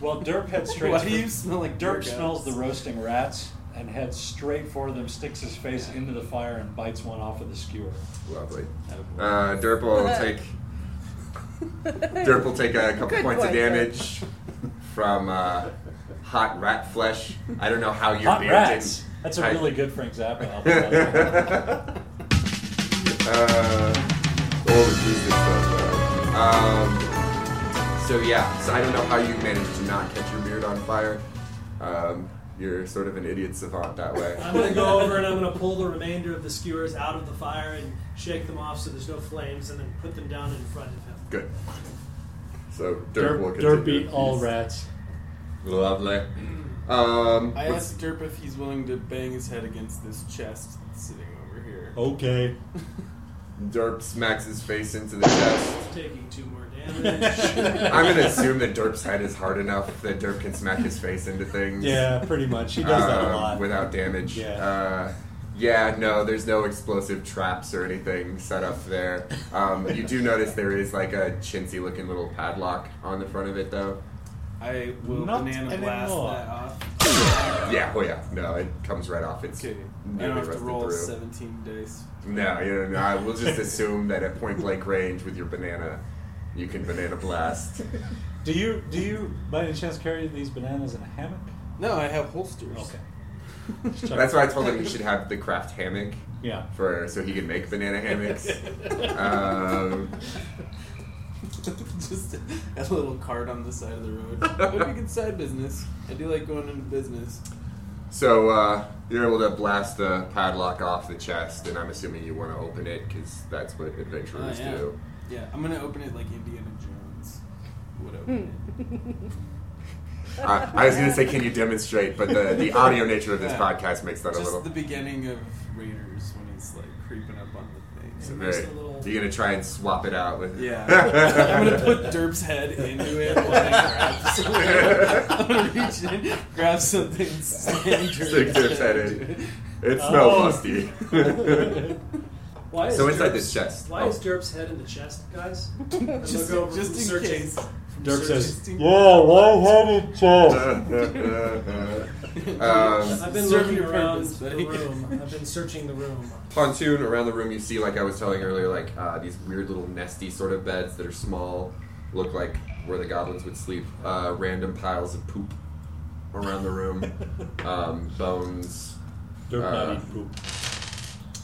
Speaker 11: Well, Derp heads straight.
Speaker 5: Why
Speaker 11: to
Speaker 5: do
Speaker 11: the-
Speaker 5: you smell like
Speaker 11: Derp
Speaker 5: burgers?
Speaker 11: smells the roasting rats and heads straight for them, sticks his face into the fire, and bites one off with a skewer.
Speaker 2: Lovely.
Speaker 11: That
Speaker 2: Uh, Derp will take Derp will take a couple
Speaker 6: Good
Speaker 2: points
Speaker 6: point,
Speaker 2: of damage from uh, hot rat flesh. I don't know how your
Speaker 11: Hot
Speaker 2: beard
Speaker 11: rats.
Speaker 2: didn't.
Speaker 11: That's a
Speaker 2: I-
Speaker 11: really good Frank Zappa album.
Speaker 2: uh, all the music stuff. uh, Um, so yeah, so I don't know how you managed to not catch your beard on fire. Um, you're sort of an idiot savant that way.
Speaker 4: I'm gonna go over and I'm gonna pull the remainder of the skewers out of the fire and shake them off so there's no flames, and then put them down in front of him.
Speaker 2: Good. So Derp, will
Speaker 11: Derp,
Speaker 2: continue.
Speaker 11: Derp beat all rats.
Speaker 2: Lovely. Um,
Speaker 5: I
Speaker 2: let's-
Speaker 5: asked Derp if he's willing to bang his head against this chest that's sitting over here.
Speaker 2: Oh.
Speaker 1: Okay.
Speaker 2: Derp smacks his face into the chest.
Speaker 4: Taking two more damage.
Speaker 2: I'm gonna assume that Derp's head is hard enough that Derp can smack his face into things.
Speaker 1: Yeah, pretty much. He does that a
Speaker 2: uh,
Speaker 1: lot.
Speaker 2: without damage.
Speaker 1: Yeah.
Speaker 2: Uh, yeah, no, there's no explosive traps or anything set up there. Um, you do notice there is like a chintzy looking little padlock on the front of it though.
Speaker 5: I will
Speaker 1: Not
Speaker 5: banana blast
Speaker 1: anymore.
Speaker 5: that off.
Speaker 2: Yeah, oh yeah, no, it comes right off. It's
Speaker 5: Okay. I
Speaker 2: nearly
Speaker 5: don't have to
Speaker 2: rusted
Speaker 5: roll
Speaker 2: through.
Speaker 5: 17 dice.
Speaker 2: No, you don't know. I will just assume that at point blank range with your banana, you can banana blast.
Speaker 1: Do you do you by any chance carry these bananas in a hammock?
Speaker 5: No, I have holsters.
Speaker 1: Okay.
Speaker 2: That's why I told him he should have the craft hammock.
Speaker 1: Yeah.
Speaker 2: for so he can make banana hammocks. um,
Speaker 5: Just a little cart on the side of the road. That would be good side business. I do like going into business.
Speaker 2: so uh, you're able to blast the padlock off the chest, and I'm assuming you want to open it because that's what adventurers
Speaker 5: Oh, yeah.
Speaker 2: do.
Speaker 5: Yeah, I'm gonna open it like Indiana Jones would
Speaker 6: Hmm.
Speaker 5: open it.
Speaker 2: I, Uh, I was going to say, can you demonstrate? But the, the audio nature of this
Speaker 5: Yeah.
Speaker 2: podcast makes that a little.
Speaker 5: Just the beginning of Raiders when he's like creeping up on the thing.
Speaker 2: it's a
Speaker 4: Just
Speaker 2: very,
Speaker 4: a little-
Speaker 2: you're going to try and swap it out with.
Speaker 5: Yeah. I'm gonna put Derp's head into it while I grab something. I'm gonna reach in, grab something, and slam Derp's,
Speaker 2: Stick Derp's head in.
Speaker 5: into it.
Speaker 2: It smells
Speaker 11: Oh.
Speaker 2: musty.
Speaker 5: Oh.
Speaker 4: Why is
Speaker 2: so inside
Speaker 4: Derp's-
Speaker 2: this chest.
Speaker 4: Why
Speaker 2: oh.
Speaker 4: is Derp's head in the chest, guys? I
Speaker 5: Just,
Speaker 4: look over
Speaker 5: just
Speaker 4: from
Speaker 5: in
Speaker 4: searching-
Speaker 5: case.
Speaker 4: from
Speaker 1: Dirk
Speaker 4: searching-
Speaker 1: says,
Speaker 5: Searching-
Speaker 1: "Yeah, long-headed chest."
Speaker 2: Um,
Speaker 4: I've been
Speaker 5: Serving
Speaker 4: looking
Speaker 5: your
Speaker 4: around
Speaker 5: purpose,
Speaker 4: the
Speaker 5: buddy.
Speaker 4: room. I've been searching the room.
Speaker 2: pontoon around the room you see like i was telling earlier like uh, these weird little nesty sort of beds that are small look like where the goblins would sleep uh, random piles of poop around the room um, bones
Speaker 1: Derp
Speaker 2: Uh,
Speaker 1: not eat poop.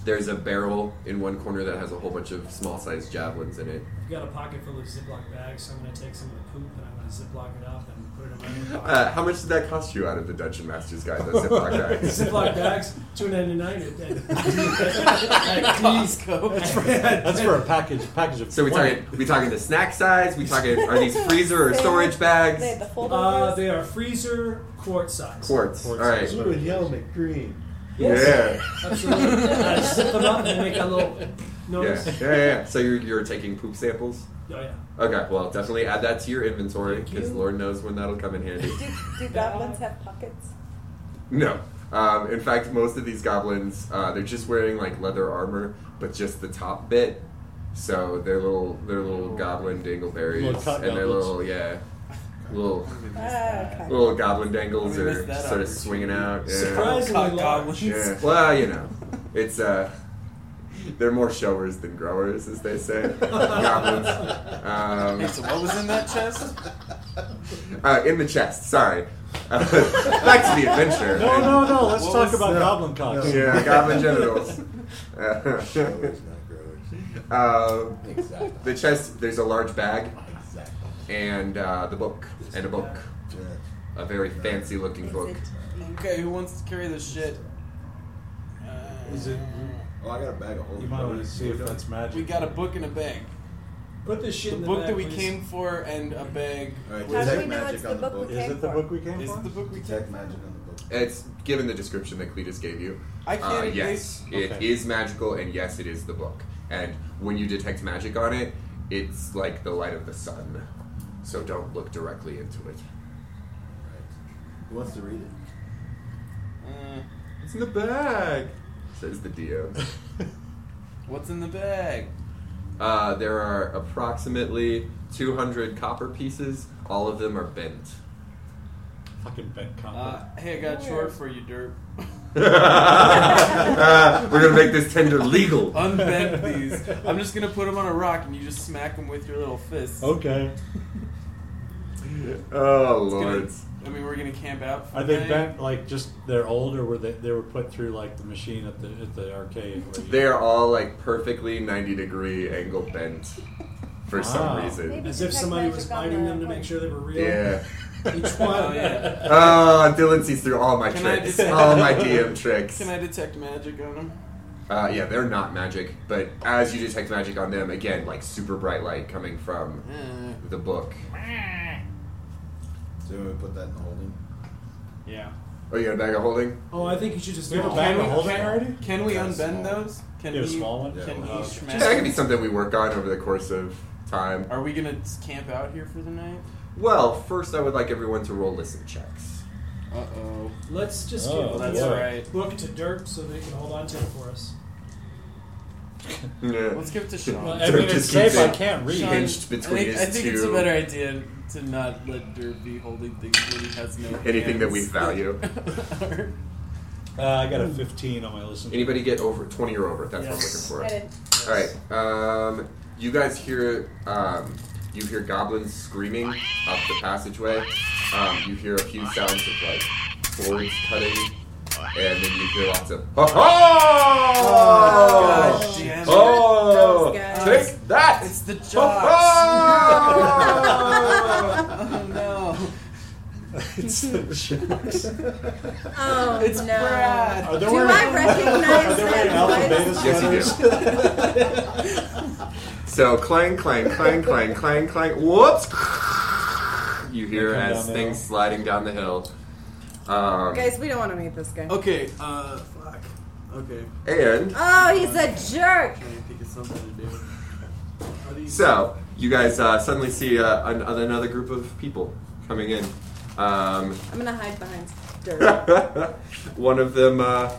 Speaker 2: there's a barrel in one corner that has a whole bunch of small sized javelins in it
Speaker 4: I've got a pocket full of Ziploc bags, so I'm going to take some of the poop and I'm going to Ziploc it up and put it in my own pocket.
Speaker 2: uh, how much did that cost you out of the dungeon master's guide those ziploc bags
Speaker 4: Ziploc bags, two ninety nine.
Speaker 5: Costco. That's
Speaker 1: That's for a package package of
Speaker 2: so we
Speaker 1: 20.
Speaker 2: talking we talking the snack size we talking are these freezer or storage
Speaker 6: They had
Speaker 2: bags
Speaker 6: the
Speaker 4: Uh,
Speaker 6: holdovers.
Speaker 4: they are freezer quart size.
Speaker 2: quartz all right
Speaker 7: Blue and yellow make green.
Speaker 2: yeah
Speaker 4: Absolutely. I zip them up and make a little
Speaker 2: yeah
Speaker 4: noise.
Speaker 2: yeah yeah so you're, you're taking poop samples
Speaker 4: Oh, yeah.
Speaker 2: Okay, well, definitely add that to your inventory because
Speaker 4: you.
Speaker 2: Lord knows when that'll come in handy.
Speaker 6: do, do goblins have pockets?
Speaker 2: no, um, in fact, most of these goblins uh, they're just wearing like leather armor, but just the top bit. So their little their little goblin dingleberries
Speaker 1: Little cut
Speaker 2: and their
Speaker 1: goblins.
Speaker 2: little yeah little
Speaker 6: Ah, okay.
Speaker 2: little goblin dangles
Speaker 5: I missed
Speaker 2: are
Speaker 5: that
Speaker 2: sort of swinging out. Yeah.
Speaker 4: Surprisingly large.
Speaker 5: goblins.
Speaker 2: Yeah. Well, you know, it's uh, they're more showers than growers, as they say. goblins. Um,
Speaker 5: Hey, so what was in that chest?
Speaker 2: Uh, in the chest. Sorry. Uh, back to the adventure.
Speaker 1: No, no, no. Let's
Speaker 5: What
Speaker 1: talk
Speaker 5: was
Speaker 1: about
Speaker 7: that?
Speaker 1: goblin cocks.
Speaker 7: No.
Speaker 2: Yeah, goblin genitals.
Speaker 7: Growers,
Speaker 2: Uh,
Speaker 7: not growers.
Speaker 2: uh,
Speaker 7: Exactly.
Speaker 2: the chest. There's a large bag
Speaker 7: Exactly.
Speaker 2: and uh, the book and a book,
Speaker 7: Yeah.
Speaker 2: a very fancy-looking
Speaker 6: Is
Speaker 2: book.
Speaker 6: it the-
Speaker 5: Okay, who wants to carry this shit? Uh,
Speaker 1: Is it?
Speaker 7: Oh, I got a bag of old.
Speaker 1: You might want to see if that's magic.
Speaker 5: We got a book and a bag.
Speaker 4: Put this
Speaker 5: The
Speaker 4: shit in the
Speaker 5: book
Speaker 4: bag,
Speaker 5: that we
Speaker 4: please.
Speaker 5: came for and a bag.
Speaker 2: Uh,
Speaker 7: All right,
Speaker 6: How
Speaker 7: detect
Speaker 6: do we know
Speaker 7: magic
Speaker 6: it's
Speaker 7: on
Speaker 6: the
Speaker 7: the
Speaker 6: book
Speaker 7: book.
Speaker 6: we
Speaker 1: Is
Speaker 6: came
Speaker 1: it the
Speaker 6: for?
Speaker 1: book we came
Speaker 5: Is it
Speaker 1: for?
Speaker 5: the book we
Speaker 7: Detect magic on the book.
Speaker 2: It's given the description that Cletus gave you.
Speaker 5: I can't
Speaker 2: Uh,
Speaker 5: erase-
Speaker 2: yes, it
Speaker 1: Okay.
Speaker 2: is magical, and yes, it is the book. And when you detect magic on it, it's like the light of the sun. So don't look directly into it.
Speaker 7: Who wants to read it?
Speaker 5: Uh,
Speaker 2: It's in the bag, says the DM.
Speaker 5: what's in the bag?
Speaker 2: Uh, there are approximately 200 copper pieces. All of them are bent.
Speaker 8: Fucking bet cop.
Speaker 5: Uh, hey, I got a chore for you, Derp.
Speaker 2: We're gonna make this tender legal.
Speaker 5: Oh, Unbend these. I'm just gonna put them on a rock, and you just smack them with your little fist.
Speaker 8: okay.
Speaker 2: Oh
Speaker 5: It's gonna-
Speaker 2: lord.
Speaker 5: I mean, we're gonna camp out. For
Speaker 8: Are they
Speaker 5: the night.
Speaker 8: bent like just they're old, or were they they were put through like the machine at the at the arcade? Where you,
Speaker 2: They are all like perfectly 90 degree angle bent for some
Speaker 8: Wow.
Speaker 2: reason.
Speaker 6: Maybe
Speaker 4: As
Speaker 6: they
Speaker 4: if
Speaker 6: got
Speaker 4: somebody
Speaker 6: magic
Speaker 4: was
Speaker 6: on
Speaker 4: biting
Speaker 6: the
Speaker 4: them to make
Speaker 6: hook.
Speaker 4: sure they were real.
Speaker 2: Yeah.
Speaker 4: Each
Speaker 5: Oh,
Speaker 4: one.
Speaker 5: yeah.
Speaker 2: Oh, Dylan sees through all my
Speaker 5: Can I
Speaker 2: tricks.
Speaker 5: just-
Speaker 2: All my DM tricks.
Speaker 5: Can I detect magic on them?
Speaker 2: Uh, yeah, they're not magic, but as you detect magic on them, again, like super bright light coming from
Speaker 5: Eh.
Speaker 2: the book.
Speaker 7: So we put that in holding.
Speaker 8: yeah.
Speaker 2: Oh, you got a bag of holding?
Speaker 4: Oh, I think you should just
Speaker 8: We have
Speaker 4: do
Speaker 8: a
Speaker 4: it.
Speaker 8: bag
Speaker 5: Can
Speaker 8: of
Speaker 5: we-
Speaker 8: holding
Speaker 5: can-
Speaker 8: already.
Speaker 5: Can we
Speaker 7: Yeah,
Speaker 5: unbend
Speaker 7: small.
Speaker 5: those? Can
Speaker 8: You
Speaker 5: we?
Speaker 8: have a small one?
Speaker 5: Can
Speaker 7: Yeah,
Speaker 5: we
Speaker 7: well,
Speaker 5: smash?
Speaker 2: Yeah, that could be something we work on over the course of time.
Speaker 5: Are we gonna camp out here for the night?
Speaker 2: Well, first, I would like everyone to roll listen checks.
Speaker 5: Uh oh.
Speaker 4: Let's just
Speaker 8: Oh,
Speaker 4: give
Speaker 5: That's
Speaker 4: the
Speaker 8: yeah.
Speaker 5: right.
Speaker 4: book to Dirk so that he can hold on to it for us.
Speaker 2: Yeah.
Speaker 5: Let's give it to Sean.
Speaker 8: Well,
Speaker 2: Dirk
Speaker 8: I mean, it's
Speaker 2: just keeps
Speaker 8: safe. I
Speaker 2: it
Speaker 8: can't read.
Speaker 5: Sean,
Speaker 2: hinged
Speaker 5: I
Speaker 2: between
Speaker 5: think,
Speaker 2: his
Speaker 5: I think it's a
Speaker 2: two-
Speaker 5: better idea to not let Derp be holding things when he has no
Speaker 2: Anything that we
Speaker 5: hands.
Speaker 2: value.
Speaker 8: Uh, I got a 15 on my listen.
Speaker 2: Anybody get over 20 or over? That's
Speaker 5: Yes.
Speaker 2: what I'm
Speaker 6: I
Speaker 2: looking for.
Speaker 6: didn't.
Speaker 2: All right. Um, you guys hear um, you hear goblins screaming up the passageway. Um, you hear a few sounds of like swords cutting, and then you hear lots of ha
Speaker 5: God
Speaker 2: ha!
Speaker 5: damn it.
Speaker 2: Oh,
Speaker 6: Those guys.
Speaker 2: take that!
Speaker 5: It's the jocks.
Speaker 2: Ha-ha!
Speaker 5: oh no.
Speaker 8: it's the jocks.
Speaker 6: Oh,
Speaker 5: It's
Speaker 6: no.
Speaker 5: Brad.
Speaker 8: Are there
Speaker 6: Do
Speaker 8: wearing-
Speaker 6: I recognize
Speaker 8: Are there wearing
Speaker 6: that
Speaker 8: alpha
Speaker 6: voice?
Speaker 8: beta
Speaker 2: Yes, you
Speaker 8: sweaters?
Speaker 2: So clang, clang, clang, clang, clang, clang. Whoops! You hear
Speaker 8: They come
Speaker 2: as
Speaker 8: down the
Speaker 2: things
Speaker 8: hill.
Speaker 2: sliding down the hill. Um,
Speaker 6: Guys, we don't want to meet this guy.
Speaker 5: Okay. Uh. Fuck. Okay.
Speaker 2: and
Speaker 6: Oh, he's a jerk.
Speaker 5: Trying to think of something to do.
Speaker 4: Are these
Speaker 2: so you guys uh, suddenly see uh, an, another group of people coming in. Um,
Speaker 6: I'm gonna hide behind dirt.
Speaker 2: one of them uh,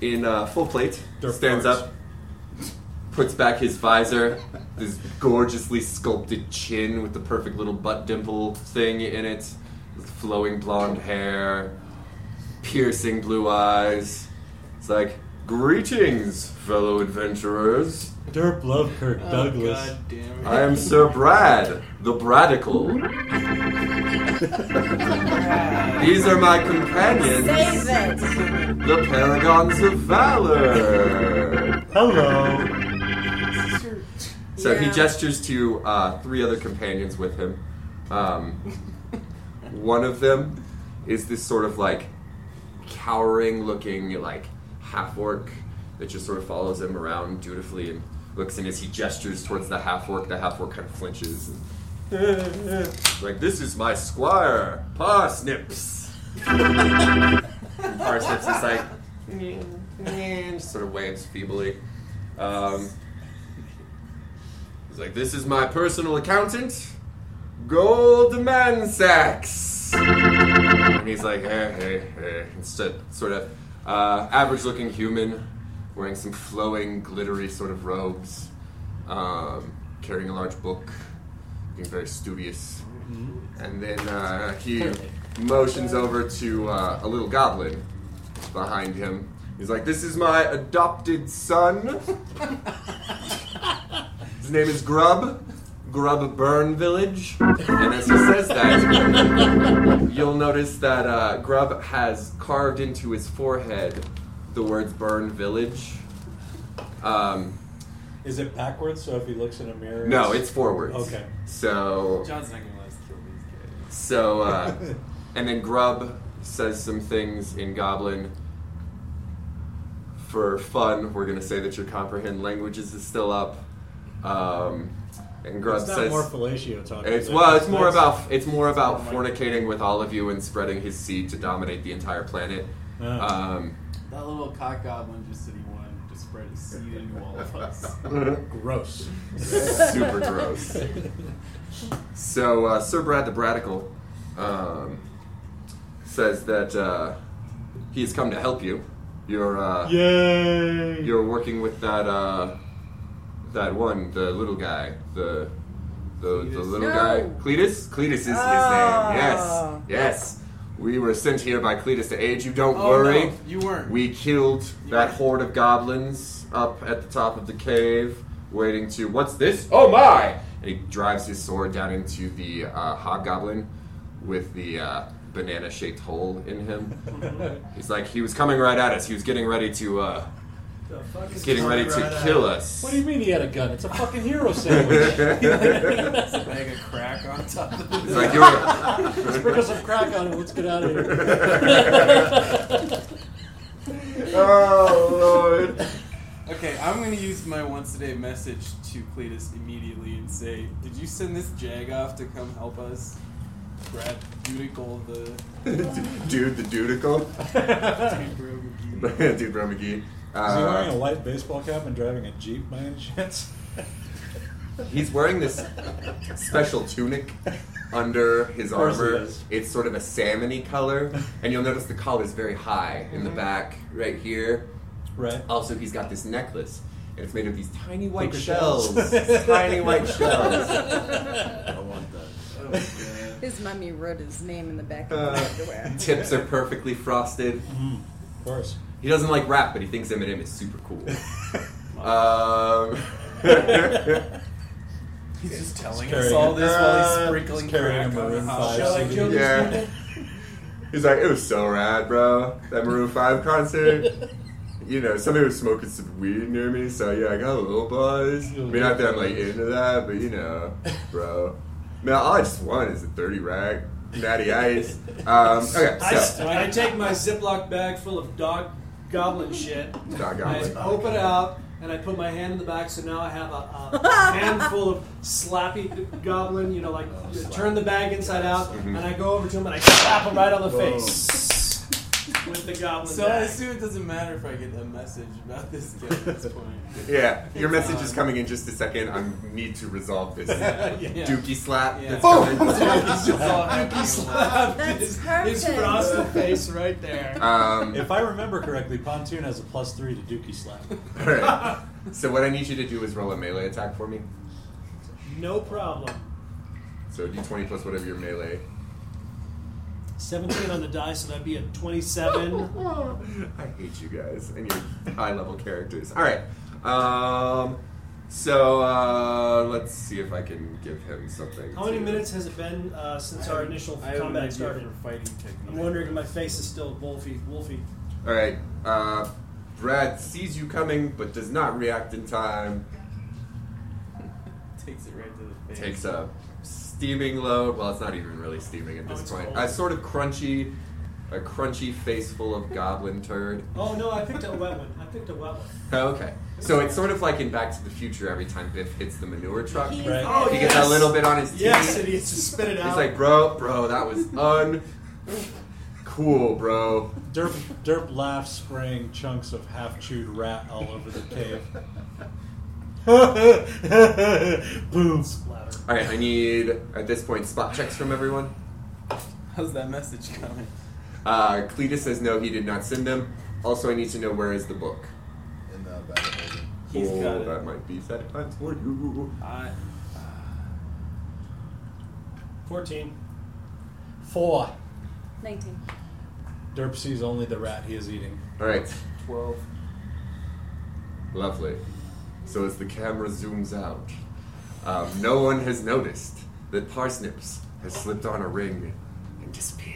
Speaker 2: in uh, full plate
Speaker 8: They're
Speaker 2: stands
Speaker 8: farts.
Speaker 2: up, puts back his visor, this gorgeously sculpted chin with the perfect little butt dimple thing in it, with flowing blonde hair, piercing blue eyes. It's like, greetings, fellow adventurers.
Speaker 8: Derp love Kirk
Speaker 5: Oh,
Speaker 8: Douglas.
Speaker 5: God damn it.
Speaker 2: I am Sir Brad, the Bradical.
Speaker 5: Brad.
Speaker 2: These are my companions,
Speaker 6: Save it.
Speaker 2: the Paragons of Valor.
Speaker 8: Hello.
Speaker 5: This is your-
Speaker 2: So he
Speaker 6: Yeah.
Speaker 2: gestures to uh, three other companions with him. Um, one of them is this sort of like cowering looking, like half orc that just sort of follows him around dutifully and looks. And as he gestures towards the half orc, the half orc kind of flinches. And like, this is my squire, Parsnips. And Parsnips is like, and just sort of waves feebly. Um, He's like, this is my personal accountant, Goldman Sachs. And he's like, hey, hey, hey. Instead, sort of uh, average looking human, wearing some flowing, glittery sort of robes, um, carrying a large book, looking very studious. And then uh, he motions over to uh, a little goblin behind him. He's like, this is my adopted son. His name is Grub. Grub Burn Village. And as he says that, you'll notice that uh, Grub has carved into his forehead the words Burn Village. Um,
Speaker 8: Is it backwards? So if he looks in a mirror,
Speaker 2: no, it's forwards.
Speaker 8: okay.
Speaker 2: So,
Speaker 5: John's not gonna let us kill these guys.
Speaker 2: so, uh, and then Grub says some things in Goblin. For fun, we're gonna say that your comprehend languages is still up. Um, and Grub
Speaker 8: It's not
Speaker 2: says
Speaker 8: more fellatio talking.
Speaker 2: It's
Speaker 8: Like,
Speaker 2: well, it's more
Speaker 8: that's-
Speaker 2: about it's more about
Speaker 8: Oh my-
Speaker 2: fornicating with all of you and spreading his seed to dominate the entire planet.
Speaker 8: Uh,
Speaker 2: Um,
Speaker 5: That little cock goblin just said he wanted to spread his seed into all of us.
Speaker 8: gross.
Speaker 2: super gross. So uh, Sir Brad the Bradical um, says that uh, he's come to help you. You're uh,
Speaker 8: Yay!
Speaker 2: you're working with that uh, that one, the little guy, the the, the
Speaker 5: Cletus.
Speaker 2: little
Speaker 6: No.
Speaker 5: Ah.
Speaker 2: guy, Cletus. Cletus is his name. Yes,
Speaker 6: Oh.
Speaker 2: yes. We were sent here by Cletus to aid you. Don't
Speaker 5: Oh,
Speaker 2: worry.
Speaker 5: no, you weren't.
Speaker 2: We killed that horde of goblins up at the top of the cave, waiting to. What's this? Oh my! And he drives his sword down into the uh, hobgoblin with the uh, banana shaped hole in him. He's like, he was coming right at us. He was getting ready to. Uh,
Speaker 4: The fuck
Speaker 2: he's
Speaker 4: is
Speaker 2: getting ready
Speaker 4: coming
Speaker 2: to
Speaker 4: right at
Speaker 2: kill
Speaker 4: us?
Speaker 2: us.
Speaker 1: What do you mean he had a gun? It's a fucking hero sandwich.
Speaker 5: Bag of crack on top of
Speaker 2: He's
Speaker 5: it.
Speaker 2: like, you were.
Speaker 1: Sprinkle some crack on it. Let's get out of here.
Speaker 2: here. oh, Lord.
Speaker 5: Okay, I'm gonna use my once a day message to Cletus immediately and say, Did you send this jag off to come help us grab uh, Dudical the
Speaker 2: Dude, the dudicle.
Speaker 5: Dude
Speaker 2: Dude, Bro
Speaker 1: Is he
Speaker 2: McGee.
Speaker 1: wearing a
Speaker 2: Uh,
Speaker 1: white baseball cap and driving a jeep by any chance?
Speaker 2: he's wearing this special tunic under his
Speaker 1: Of course he
Speaker 2: armor.
Speaker 1: is.
Speaker 2: It's sort of a salmony color, and you'll notice the collar is very high in the
Speaker 1: Mm-hmm.
Speaker 2: back, right here.
Speaker 1: Right.
Speaker 2: Also, he's got this necklace, and it's made of these tiny white
Speaker 1: Poker
Speaker 2: shells.
Speaker 1: shells.
Speaker 2: tiny white shells.
Speaker 7: I want that.
Speaker 6: His mummy wrote his name in the back of
Speaker 2: Uh,
Speaker 6: his underwear.
Speaker 2: Tips are perfectly frosted.
Speaker 1: Mm, of course.
Speaker 2: He doesn't like rap, but he thinks Eminem is super cool. um,
Speaker 5: He's just telling
Speaker 1: Carrying
Speaker 5: us all
Speaker 1: it.
Speaker 5: this while
Speaker 2: Uh,
Speaker 5: he's sprinkling
Speaker 1: he's carrying
Speaker 5: crack
Speaker 1: a
Speaker 5: on
Speaker 1: Maroon
Speaker 5: the
Speaker 1: five
Speaker 5: Shall I
Speaker 1: CD.
Speaker 5: kill this
Speaker 2: Yeah.
Speaker 5: dude?
Speaker 2: He's like, it was so rad, bro. That Maroon 5 concert. You know, somebody was smoking some weed near me, so yeah, I got a little buzz. I mean, not that I'm like into that, but you know, bro. Man, all I just want is a 30 rack, natty ice. Um, okay,
Speaker 4: I, s-
Speaker 2: so.
Speaker 4: I take my Ziploc bag full of dog goblin shit.
Speaker 2: Dog
Speaker 4: I
Speaker 2: goblin.
Speaker 4: open it out and I put my hand in the back, so now I have a, a handful of slappy d- goblin. You know, like
Speaker 8: Oh,
Speaker 4: turn the bag inside out, and I go over to him and I slap him right on the face with the goblin.
Speaker 5: So I
Speaker 4: bag.
Speaker 5: assume it doesn't matter if I get a message about this guy at this point.
Speaker 2: Yeah, your message is coming in just a second. I need to resolve this
Speaker 5: Yeah.
Speaker 2: dookie slap
Speaker 5: Yeah.
Speaker 2: that's
Speaker 5: He's just
Speaker 2: coming.
Speaker 5: all happy and
Speaker 4: Slap
Speaker 6: That's
Speaker 4: his, his
Speaker 6: perfect.
Speaker 4: frosted face right there.
Speaker 2: Um,
Speaker 1: If I remember correctly, Pontoon has a plus three to Dookie Slap.
Speaker 2: alright. So, what I need you to do is roll a melee attack for me.
Speaker 4: No problem.
Speaker 2: So, d20 plus whatever your melee
Speaker 4: 17 on the die, so that'd be a 27.
Speaker 2: I hate you guys and your high level characters. All right. Um, so uh, let's see if I can give him something.
Speaker 4: How many
Speaker 2: to-
Speaker 4: minutes has it been uh,
Speaker 5: all.
Speaker 4: since our initial
Speaker 5: I have an idea
Speaker 4: combat started?
Speaker 5: for fighting technique.
Speaker 4: I'm wondering if my face is still wolfy. Wolfy.
Speaker 2: All right. Uh, Brad sees you coming but does not react in time.
Speaker 5: Takes it right to the face.
Speaker 2: Takes a steaming load. Well, it's not even really steaming at
Speaker 4: Oh,
Speaker 2: this
Speaker 4: it's
Speaker 2: point.
Speaker 4: cold.
Speaker 2: A sort of crunchy, a crunchy face full of goblin turd. Oh,
Speaker 4: Oh no, I picked a wet one. I picked a wet one.
Speaker 2: Okay. So it's sort of like in Back to the Future every time Biff hits the manure truck.
Speaker 6: He's
Speaker 1: Right.
Speaker 6: got
Speaker 4: Oh,
Speaker 2: He
Speaker 6: it.
Speaker 2: gets
Speaker 4: yes.
Speaker 2: a little bit on his teeth.
Speaker 4: Yes, and he has to spit it out.
Speaker 2: He's like, bro, bro, that was un cool, bro.
Speaker 1: Derp, Derp laughs, spraying chunks of half chewed rat all over the cave. Boom.
Speaker 4: splatter.
Speaker 2: All right, I need at this point spot checks from everyone.
Speaker 5: How's that message coming?
Speaker 2: Uh, Cletus says no, he did not send them. Also, I need to know where is the book.
Speaker 7: In the back of the building.
Speaker 5: He's
Speaker 2: oh,
Speaker 5: got it.
Speaker 2: that might be set time for you.
Speaker 5: I,
Speaker 4: 14.
Speaker 1: Four.
Speaker 6: 19.
Speaker 1: Derp sees only the rat he is eating.
Speaker 2: All right,
Speaker 5: 12.
Speaker 2: lovely. So as the camera zooms out, um, no one has noticed that Parsnips has slipped on a ring and disappeared.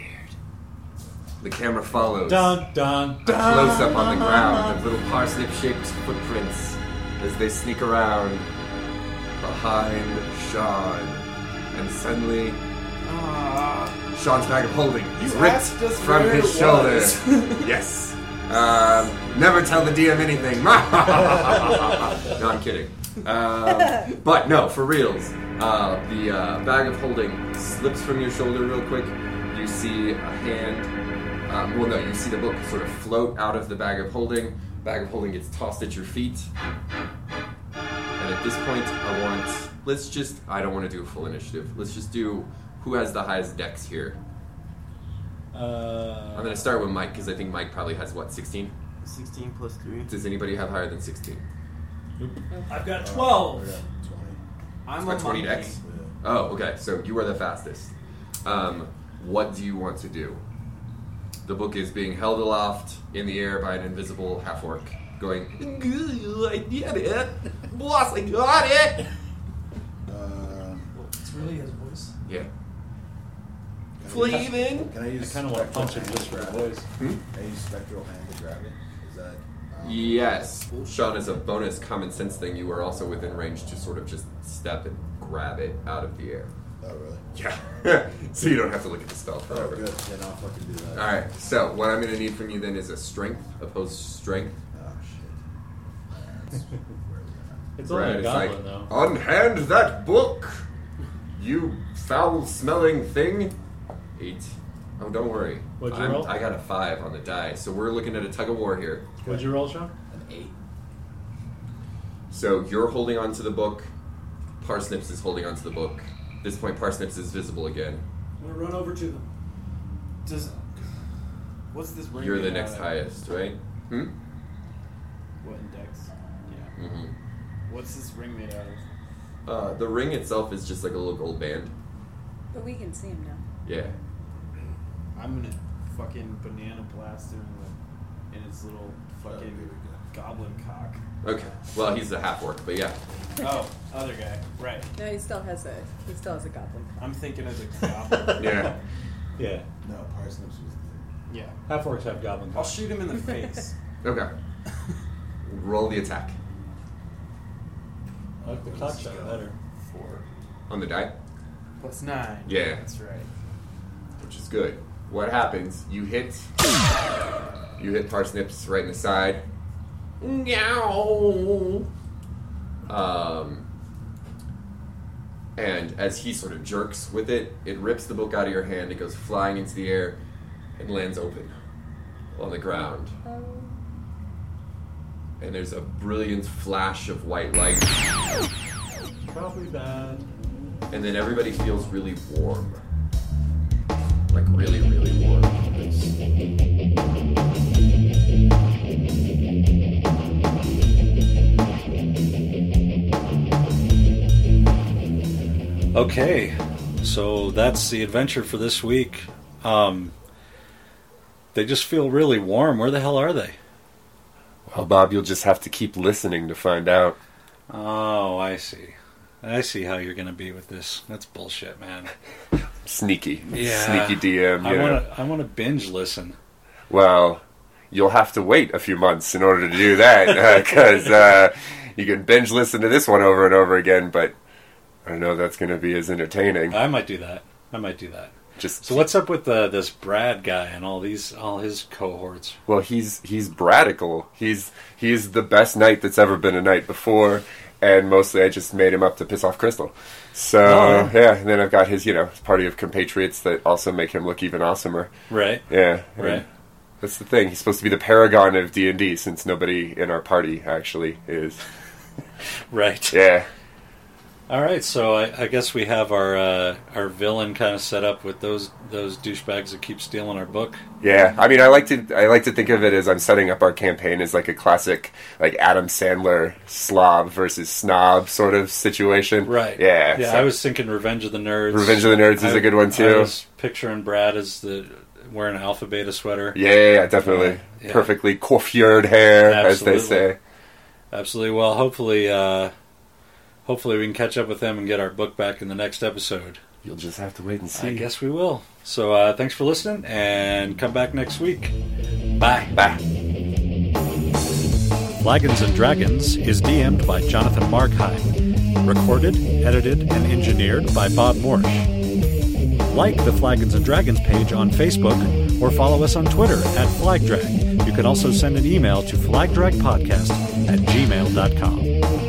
Speaker 2: The camera follows.
Speaker 1: Dun dun
Speaker 2: a
Speaker 1: dun.
Speaker 2: close up on the ground of little parsnip shaped footprints as they sneak around behind Sean. And suddenly,
Speaker 5: Ah,
Speaker 2: Sean's bag of holding is
Speaker 5: You
Speaker 2: ripped
Speaker 5: asked us
Speaker 2: from
Speaker 5: where
Speaker 2: his
Speaker 5: it
Speaker 2: shoulder.
Speaker 5: was.
Speaker 2: yes. Um, never tell the DM anything. no, I'm kidding. Um, but no, for reals. Uh, the uh, bag of holding slips from your shoulder real quick. You see a hand. Um, well, no, you see the book sort of float out of the bag of holding. Bag of holding gets tossed at your feet. And at this point, I want. Let's just. I don't want to do a full initiative. Let's just do who has the highest dex here.
Speaker 1: Uh,
Speaker 2: I'm gonna start with Mike because I think Mike probably has what 16.
Speaker 5: 16 plus 3.
Speaker 2: Does anybody have higher than 16?
Speaker 4: I've got
Speaker 5: Oh,
Speaker 7: I
Speaker 4: 12.
Speaker 7: got Twenty.
Speaker 5: I'm
Speaker 2: Got
Speaker 5: a monkey.
Speaker 2: 20 dex. Oh, okay. So you are the fastest. Um, what do you want to do? The book is being held aloft in the air by an invisible half orc, going, I did it! Boss, I got it!
Speaker 7: Uh,
Speaker 4: It's really his voice.
Speaker 2: Yeah.
Speaker 7: Flavin. Can I
Speaker 12: I
Speaker 7: use?
Speaker 12: kind of want to
Speaker 7: spectral
Speaker 12: punch him
Speaker 7: hand
Speaker 12: just
Speaker 7: to
Speaker 12: for the
Speaker 7: grab
Speaker 12: voice.
Speaker 7: it? Can I use spectral hand to grab it? Is that? um,
Speaker 2: Yes. Sean, as a bonus common sense thing, you are also within range to sort of just step and grab it out of the air.
Speaker 7: Oh really?
Speaker 2: Yeah. so you don't have to look at the spell
Speaker 7: Oh
Speaker 2: forever.
Speaker 7: good. Then I'll fucking do that.
Speaker 2: Alright, so what I'm going to need from you then is a strength, opposed to strength.
Speaker 7: Oh shit. That's where we're at.
Speaker 12: It's only
Speaker 2: Right,
Speaker 12: a
Speaker 2: it's
Speaker 12: goblin,
Speaker 2: like, Oh.
Speaker 12: though.
Speaker 2: Unhand that book, you foul-smelling thing. Eight. Oh, don't worry.
Speaker 12: What'd you
Speaker 2: I'm-
Speaker 12: roll?
Speaker 2: I got a five on the die, so we're looking at a tug of war here.
Speaker 12: What'd you roll, Sean?
Speaker 2: An eight. So you're holding on to the book. Parsnips is holding on to the book. At this point, Parsnips is visible again.
Speaker 4: I'm gonna run over to them.
Speaker 5: Does what's this ring?
Speaker 2: You're the
Speaker 5: made out
Speaker 2: next
Speaker 5: of?
Speaker 2: highest, right? Hmm.
Speaker 5: What index? Yeah.
Speaker 2: Mm-hmm.
Speaker 5: What's this ring made out of?
Speaker 2: Uh, the ring itself is just like a little gold band.
Speaker 6: But we can see him now.
Speaker 2: Yeah.
Speaker 5: I'm gonna fucking banana blast him in, the, in his little
Speaker 2: Oh,
Speaker 7: That'd be
Speaker 5: fucking
Speaker 7: good.
Speaker 5: goblin cock.
Speaker 2: Okay. Well, he's a half orc, but yeah.
Speaker 5: Oh, other guy. Right.
Speaker 6: No, he still has a he still has a goblin. cock.
Speaker 5: I'm thinking as a goblin.
Speaker 2: Yeah.
Speaker 12: Yeah.
Speaker 7: No, parsnips was the
Speaker 5: yeah.
Speaker 12: Half orcs have goblin.
Speaker 5: I'll shoot him in the face.
Speaker 2: Okay. Roll the attack
Speaker 12: I like the cock shot better.
Speaker 5: Four
Speaker 2: on the die.
Speaker 5: plus nine.
Speaker 2: Yeah.
Speaker 5: That's right.
Speaker 2: which is good. What happens? You hit. You hit parsnips right in the side. Meow. Um. And as he sort of jerks with it, it rips the book out of your hand. It goes flying into the air and lands open on the ground.
Speaker 6: Oh.
Speaker 2: And there's a brilliant flash of white light.
Speaker 12: Probably bad.
Speaker 2: And then everybody feels really warm. Like really, really warm.
Speaker 1: Okay, so that's the adventure for this week. Um, they just feel really warm. Where the hell are they?
Speaker 3: Well, Bob, you'll just have to keep listening to find out.
Speaker 1: Oh, I see. I see how you're going to be with this. That's bullshit, man.
Speaker 3: Sneaky,
Speaker 1: Yeah.
Speaker 3: sneaky DM.
Speaker 1: I
Speaker 3: You know.
Speaker 1: want to. I want to binge listen.
Speaker 3: Well, you'll have to wait a few months in order to do that because uh, you can binge listen to this one over and over again. But I don't know if that's going to be as entertaining.
Speaker 1: I might do that. I might do that.
Speaker 3: Just
Speaker 1: So what's up with uh, this Brad guy and all these all his cohorts?
Speaker 3: Well, he's he's bradical. He's he's the best knight that's ever been a knight before, and mostly I just made him up to piss off Crystal. So
Speaker 1: Oh.
Speaker 3: yeah, and then I've got his you know his party of compatriots that also make him look even awesomer.
Speaker 1: Right.
Speaker 3: Yeah, and
Speaker 1: Right.
Speaker 3: That's the thing. He's supposed to be the paragon of D and D since nobody in our party actually is.
Speaker 1: Right.
Speaker 3: Yeah,
Speaker 1: All right. So I, I guess we have our uh, our villain kind of set up with those those douchebags that keep stealing our book.
Speaker 3: yeah. I mean, I like to I like to think of it as I'm setting up our campaign as like a classic like Adam Sandler slob versus snob sort of situation.
Speaker 1: Right.
Speaker 3: Yeah.
Speaker 1: Yeah.
Speaker 3: so-
Speaker 1: I was thinking Revenge of the Nerds.
Speaker 3: Revenge of the Nerds is
Speaker 1: I-
Speaker 3: a good one
Speaker 1: I
Speaker 3: too.
Speaker 1: was picturing Brad as the wearing an alpha beta sweater.
Speaker 3: Yeah, yeah, yeah, definitely.
Speaker 1: Yeah.
Speaker 3: Perfectly coiffured hair,
Speaker 1: Absolutely.
Speaker 3: as they say.
Speaker 1: Absolutely. Well, hopefully, uh, hopefully we can catch up with them and get our book back in the next episode.
Speaker 3: You'll just have to wait and
Speaker 1: I guess we will. So uh, thanks for listening, and come back next week. Bye.
Speaker 3: Bye.
Speaker 1: Flagons and Dragons is DM'd by Jonathan Markheim. Recorded, edited, and engineered by Bob Morsch. Like the Flagons and Dragons page on Facebook or follow us on Twitter at FlagDrag. You can also send an email to flagdragpodcast at gmail.com.